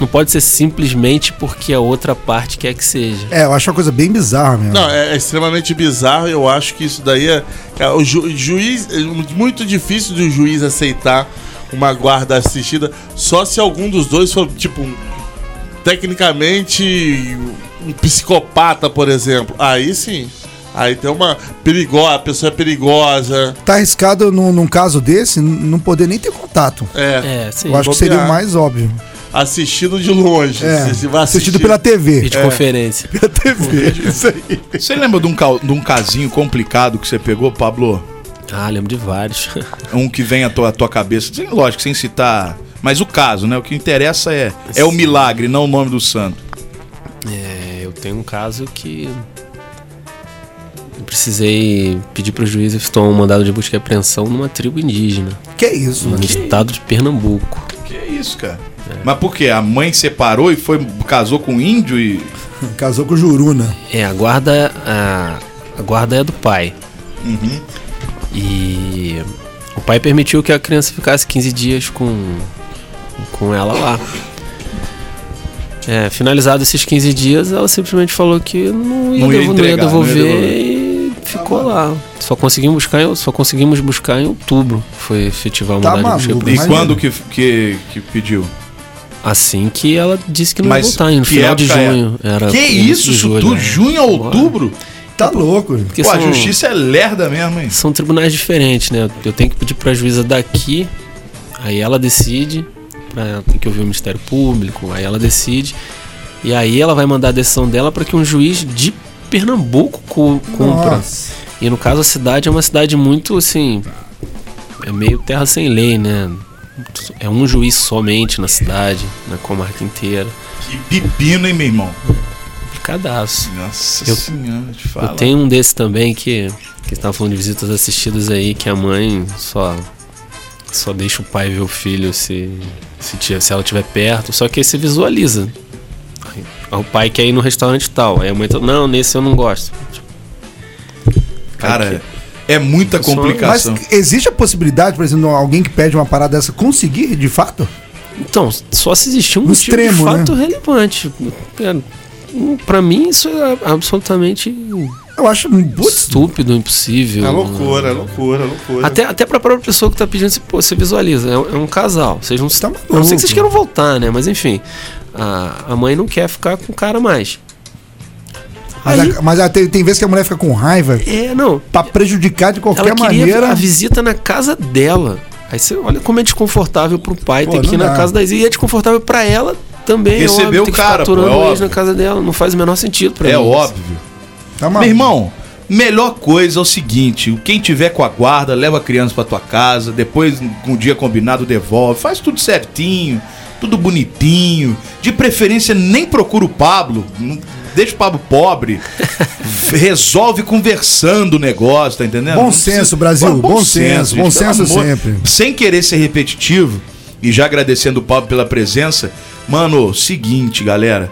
Speaker 15: não, pode ser simplesmente porque a outra parte quer que seja.
Speaker 2: É, eu acho uma coisa bem bizarra mesmo.
Speaker 16: Não, é, é extremamente bizarro. Eu acho que isso daí é. é o ju juiz. É muito difícil do juiz aceitar uma guarda assistida só se algum dos dois for, tipo, um, tecnicamente um psicopata, por exemplo. Aí sim. Aí tem uma perigosa, a pessoa é perigosa.
Speaker 2: Tá arriscado num, num caso desse não poder nem ter contato.
Speaker 16: É.
Speaker 2: é sim. Eu acho Vou que seria o mais óbvio.
Speaker 16: Assistido de longe.
Speaker 2: É. Assistido assistir. pela TV.
Speaker 15: Videoconferência.
Speaker 2: É. Pela TV. Isso
Speaker 7: aí. Você lembra de um, de um casinho complicado que você pegou, Pablo?
Speaker 15: Ah, lembro de vários.
Speaker 7: um que vem à tua, à tua cabeça. Lógico, sem citar. Mas o caso, né? O que interessa é, sim. é o milagre, não o nome do santo.
Speaker 15: É, eu tenho um caso que precisei pedir para o juiz efetuar um mandado de busca e apreensão numa tribo indígena.
Speaker 2: Que isso?
Speaker 15: No
Speaker 2: que
Speaker 15: estado
Speaker 2: isso?
Speaker 15: de Pernambuco.
Speaker 7: Que isso, cara? É. Mas por quê? A mãe separou e foi casou com um índio e
Speaker 2: casou com Juruna.
Speaker 15: É, a guarda a, a guarda é do pai. Uhum. E o pai permitiu que a criança ficasse 15 dias com com ela lá. É, finalizado esses 15 dias, ela simplesmente falou que não ia, não ia, devo, entregar, não ia devolver, não ia devolver ficou ah, lá. Só conseguimos buscar, em, só conseguimos buscar em outubro. Foi efetivar uma tá
Speaker 7: maluco, E quando que, que, que, pediu?
Speaker 15: Assim que ela disse que não mas ia voltar, no final de junho.
Speaker 7: É? Era que isso? De julho, do né? junho a outubro? Bora.
Speaker 2: Tá louco.
Speaker 7: Pô, são, a justiça é lerda mesmo, hein?
Speaker 15: São tribunais diferentes, né? Eu tenho que pedir pra juíza daqui, aí ela decide, pra, tem que ouvir o Ministério Público, aí ela decide, e aí ela vai mandar a decisão dela para que um juiz de Pernambuco compra. Nossa. E no caso a cidade é uma cidade muito assim. É meio terra sem lei, né? É um juiz somente na cidade, na comarca inteira.
Speaker 7: Que pepino, hein, meu irmão?
Speaker 15: De cadastro.
Speaker 7: Nossa eu, senhora, te fala.
Speaker 15: Eu tenho um desse também que. Que estava falando de visitas assistidas aí, que a mãe só. Só deixa o pai ver o filho se. Se, tiver, se ela estiver perto. Só que aí você visualiza o pai quer ir no restaurante tal. Aí a mãe fala, não, nesse eu não gosto. Tipo,
Speaker 7: Cara, é muita complicação.
Speaker 2: Mas existe a possibilidade, por exemplo, alguém que pede uma parada dessa conseguir, de fato?
Speaker 15: Então, só se existir um extremo, de fato né? relevante. Para mim, isso é absolutamente
Speaker 2: eu acho
Speaker 15: estúpido, impossível.
Speaker 16: É loucura, é loucura, é loucura.
Speaker 15: Até, até pra própria pessoa que tá pedindo, pô, você visualiza, é, um, é um casal. Vocês não, tá maluco. não sei que vocês queiram voltar, né? Mas enfim, a, a mãe não quer ficar com o cara mais.
Speaker 2: Mas, Aí, a, mas a, tem, tem vezes que a mulher fica com raiva.
Speaker 15: É, não.
Speaker 2: Pra prejudicar de qualquer maneira.
Speaker 15: A visita na casa dela. Aí você olha como é desconfortável pro pai pô, ter que ir na dá. casa da E é desconfortável pra ela também.
Speaker 7: Receber óbvio, o cara,
Speaker 15: pô, é óbvio. na casa dela. Não faz o menor sentido pra
Speaker 7: É mim, óbvio. Isso. Tá Meu irmão, melhor coisa é o seguinte: quem tiver com a guarda, leva a criança pra tua casa, depois, um dia combinado, devolve, faz tudo certinho, tudo bonitinho. De preferência, nem procura o Pablo. Deixa o Pablo pobre. resolve conversando o negócio, tá entendendo?
Speaker 2: Bom senso, Brasil. Bom, bom senso, bom senso, gente, bom senso amor, sempre.
Speaker 7: Sem querer ser repetitivo, e já agradecendo o Pablo pela presença, mano, seguinte, galera.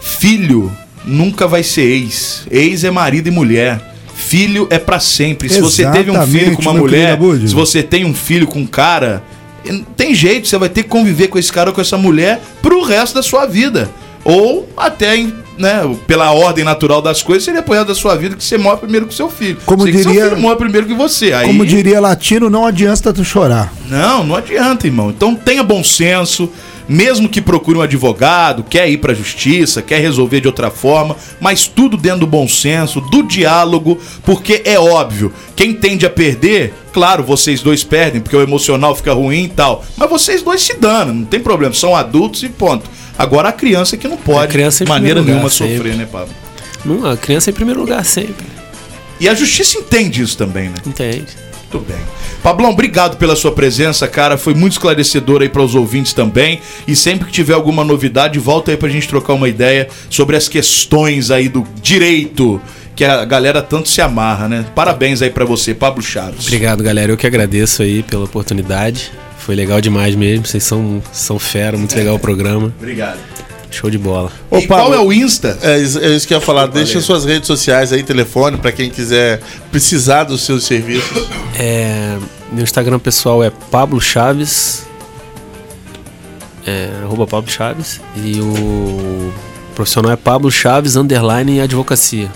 Speaker 7: Filho nunca vai ser ex. Ex é marido e mulher. Filho é pra sempre. Se você teve um filho
Speaker 2: Exatamente,
Speaker 7: com uma
Speaker 2: meu
Speaker 7: mulher,
Speaker 2: querido Abud.
Speaker 7: se você tem um filho com um cara, não tem jeito, você vai ter que conviver com esse cara ou com essa mulher pro resto da sua vida. Ou até, em- né, pela ordem natural das coisas, seria pro resto da sua vida que você morre primeiro que seu filho.
Speaker 2: Como
Speaker 7: Sei que
Speaker 2: diria-
Speaker 7: seu filho morre primeiro que você. Aí...
Speaker 2: Como diria latino, não adianta tu chorar.
Speaker 7: Não, não adianta, irmão. Então tenha bom senso, mesmo que procure um advogado, quer ir pra justiça, quer resolver de outra forma, mas tudo dentro do bom senso, do diálogo, porque é óbvio, quem tende a perder, claro, vocês dois perdem, porque o emocional fica ruim e tal, mas vocês dois se danam, não tem problema, são adultos e ponto. Agora a criança que não pode,
Speaker 15: criança em
Speaker 7: de maneira
Speaker 15: primeiro
Speaker 7: nenhuma,
Speaker 15: lugar, sempre.
Speaker 7: sofrer, né, Pablo?
Speaker 15: Não, a criança em primeiro lugar sempre.
Speaker 7: E a justiça entende isso também, né?
Speaker 15: Entende.
Speaker 7: Muito bem. Pablão, obrigado pela sua presença, cara. Foi muito esclarecedor aí para os ouvintes também. E sempre que tiver alguma novidade, volta aí pra gente trocar uma ideia sobre as questões aí do direito que a galera tanto se amarra, né? Parabéns aí para você, Pablo Chaves.
Speaker 15: Obrigado, galera. Eu que agradeço aí pela oportunidade. Foi legal demais mesmo. Vocês são, são fera, muito legal o programa.
Speaker 7: Obrigado.
Speaker 15: Show de bola.
Speaker 7: e qual é o Insta?
Speaker 3: É, isso é isso que eu ia falar. Deixa suas redes sociais aí, telefone, pra quem quiser precisar dos seus serviços.
Speaker 15: É, meu Instagram pessoal é Pablo Chaves. É, arroba Pablo Chaves. E o profissional é Pablo Chaves, underline advocacia.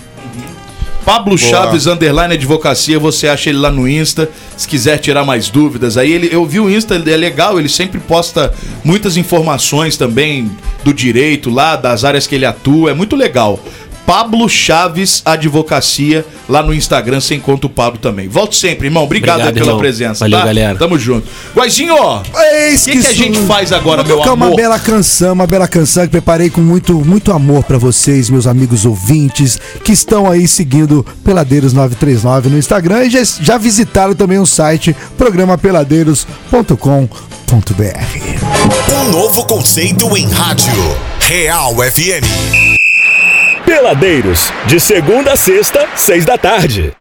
Speaker 7: Pablo
Speaker 15: Boa.
Speaker 7: Chaves Underline Advocacia, você acha ele lá no Insta, se quiser tirar mais dúvidas. Aí ele, eu vi o Insta, ele é legal, ele sempre posta muitas informações também do direito lá, das áreas que ele atua, é muito legal. Pablo Chaves Advocacia, lá no Instagram, você encontra o Pablo também. Volto sempre, irmão. Obrigado,
Speaker 15: Obrigado,
Speaker 7: aí pela
Speaker 15: irmão.
Speaker 7: presença.
Speaker 15: Valeu,
Speaker 7: tá?
Speaker 15: galera.
Speaker 7: Tamo junto. Guaizinho, o que, que a gente faz agora,
Speaker 2: Vou
Speaker 7: meu
Speaker 2: tocar uma
Speaker 7: amor?
Speaker 2: bela canção, uma bela canção que preparei com muito, muito amor pra vocês, meus amigos ouvintes, que estão aí seguindo Peladeiros 939 no Instagram e já, já visitaram também o site programapeladeiros.com.br.
Speaker 19: Um novo conceito em rádio. Real FM.
Speaker 1: Peladeiros, de segunda a sexta, seis da tarde.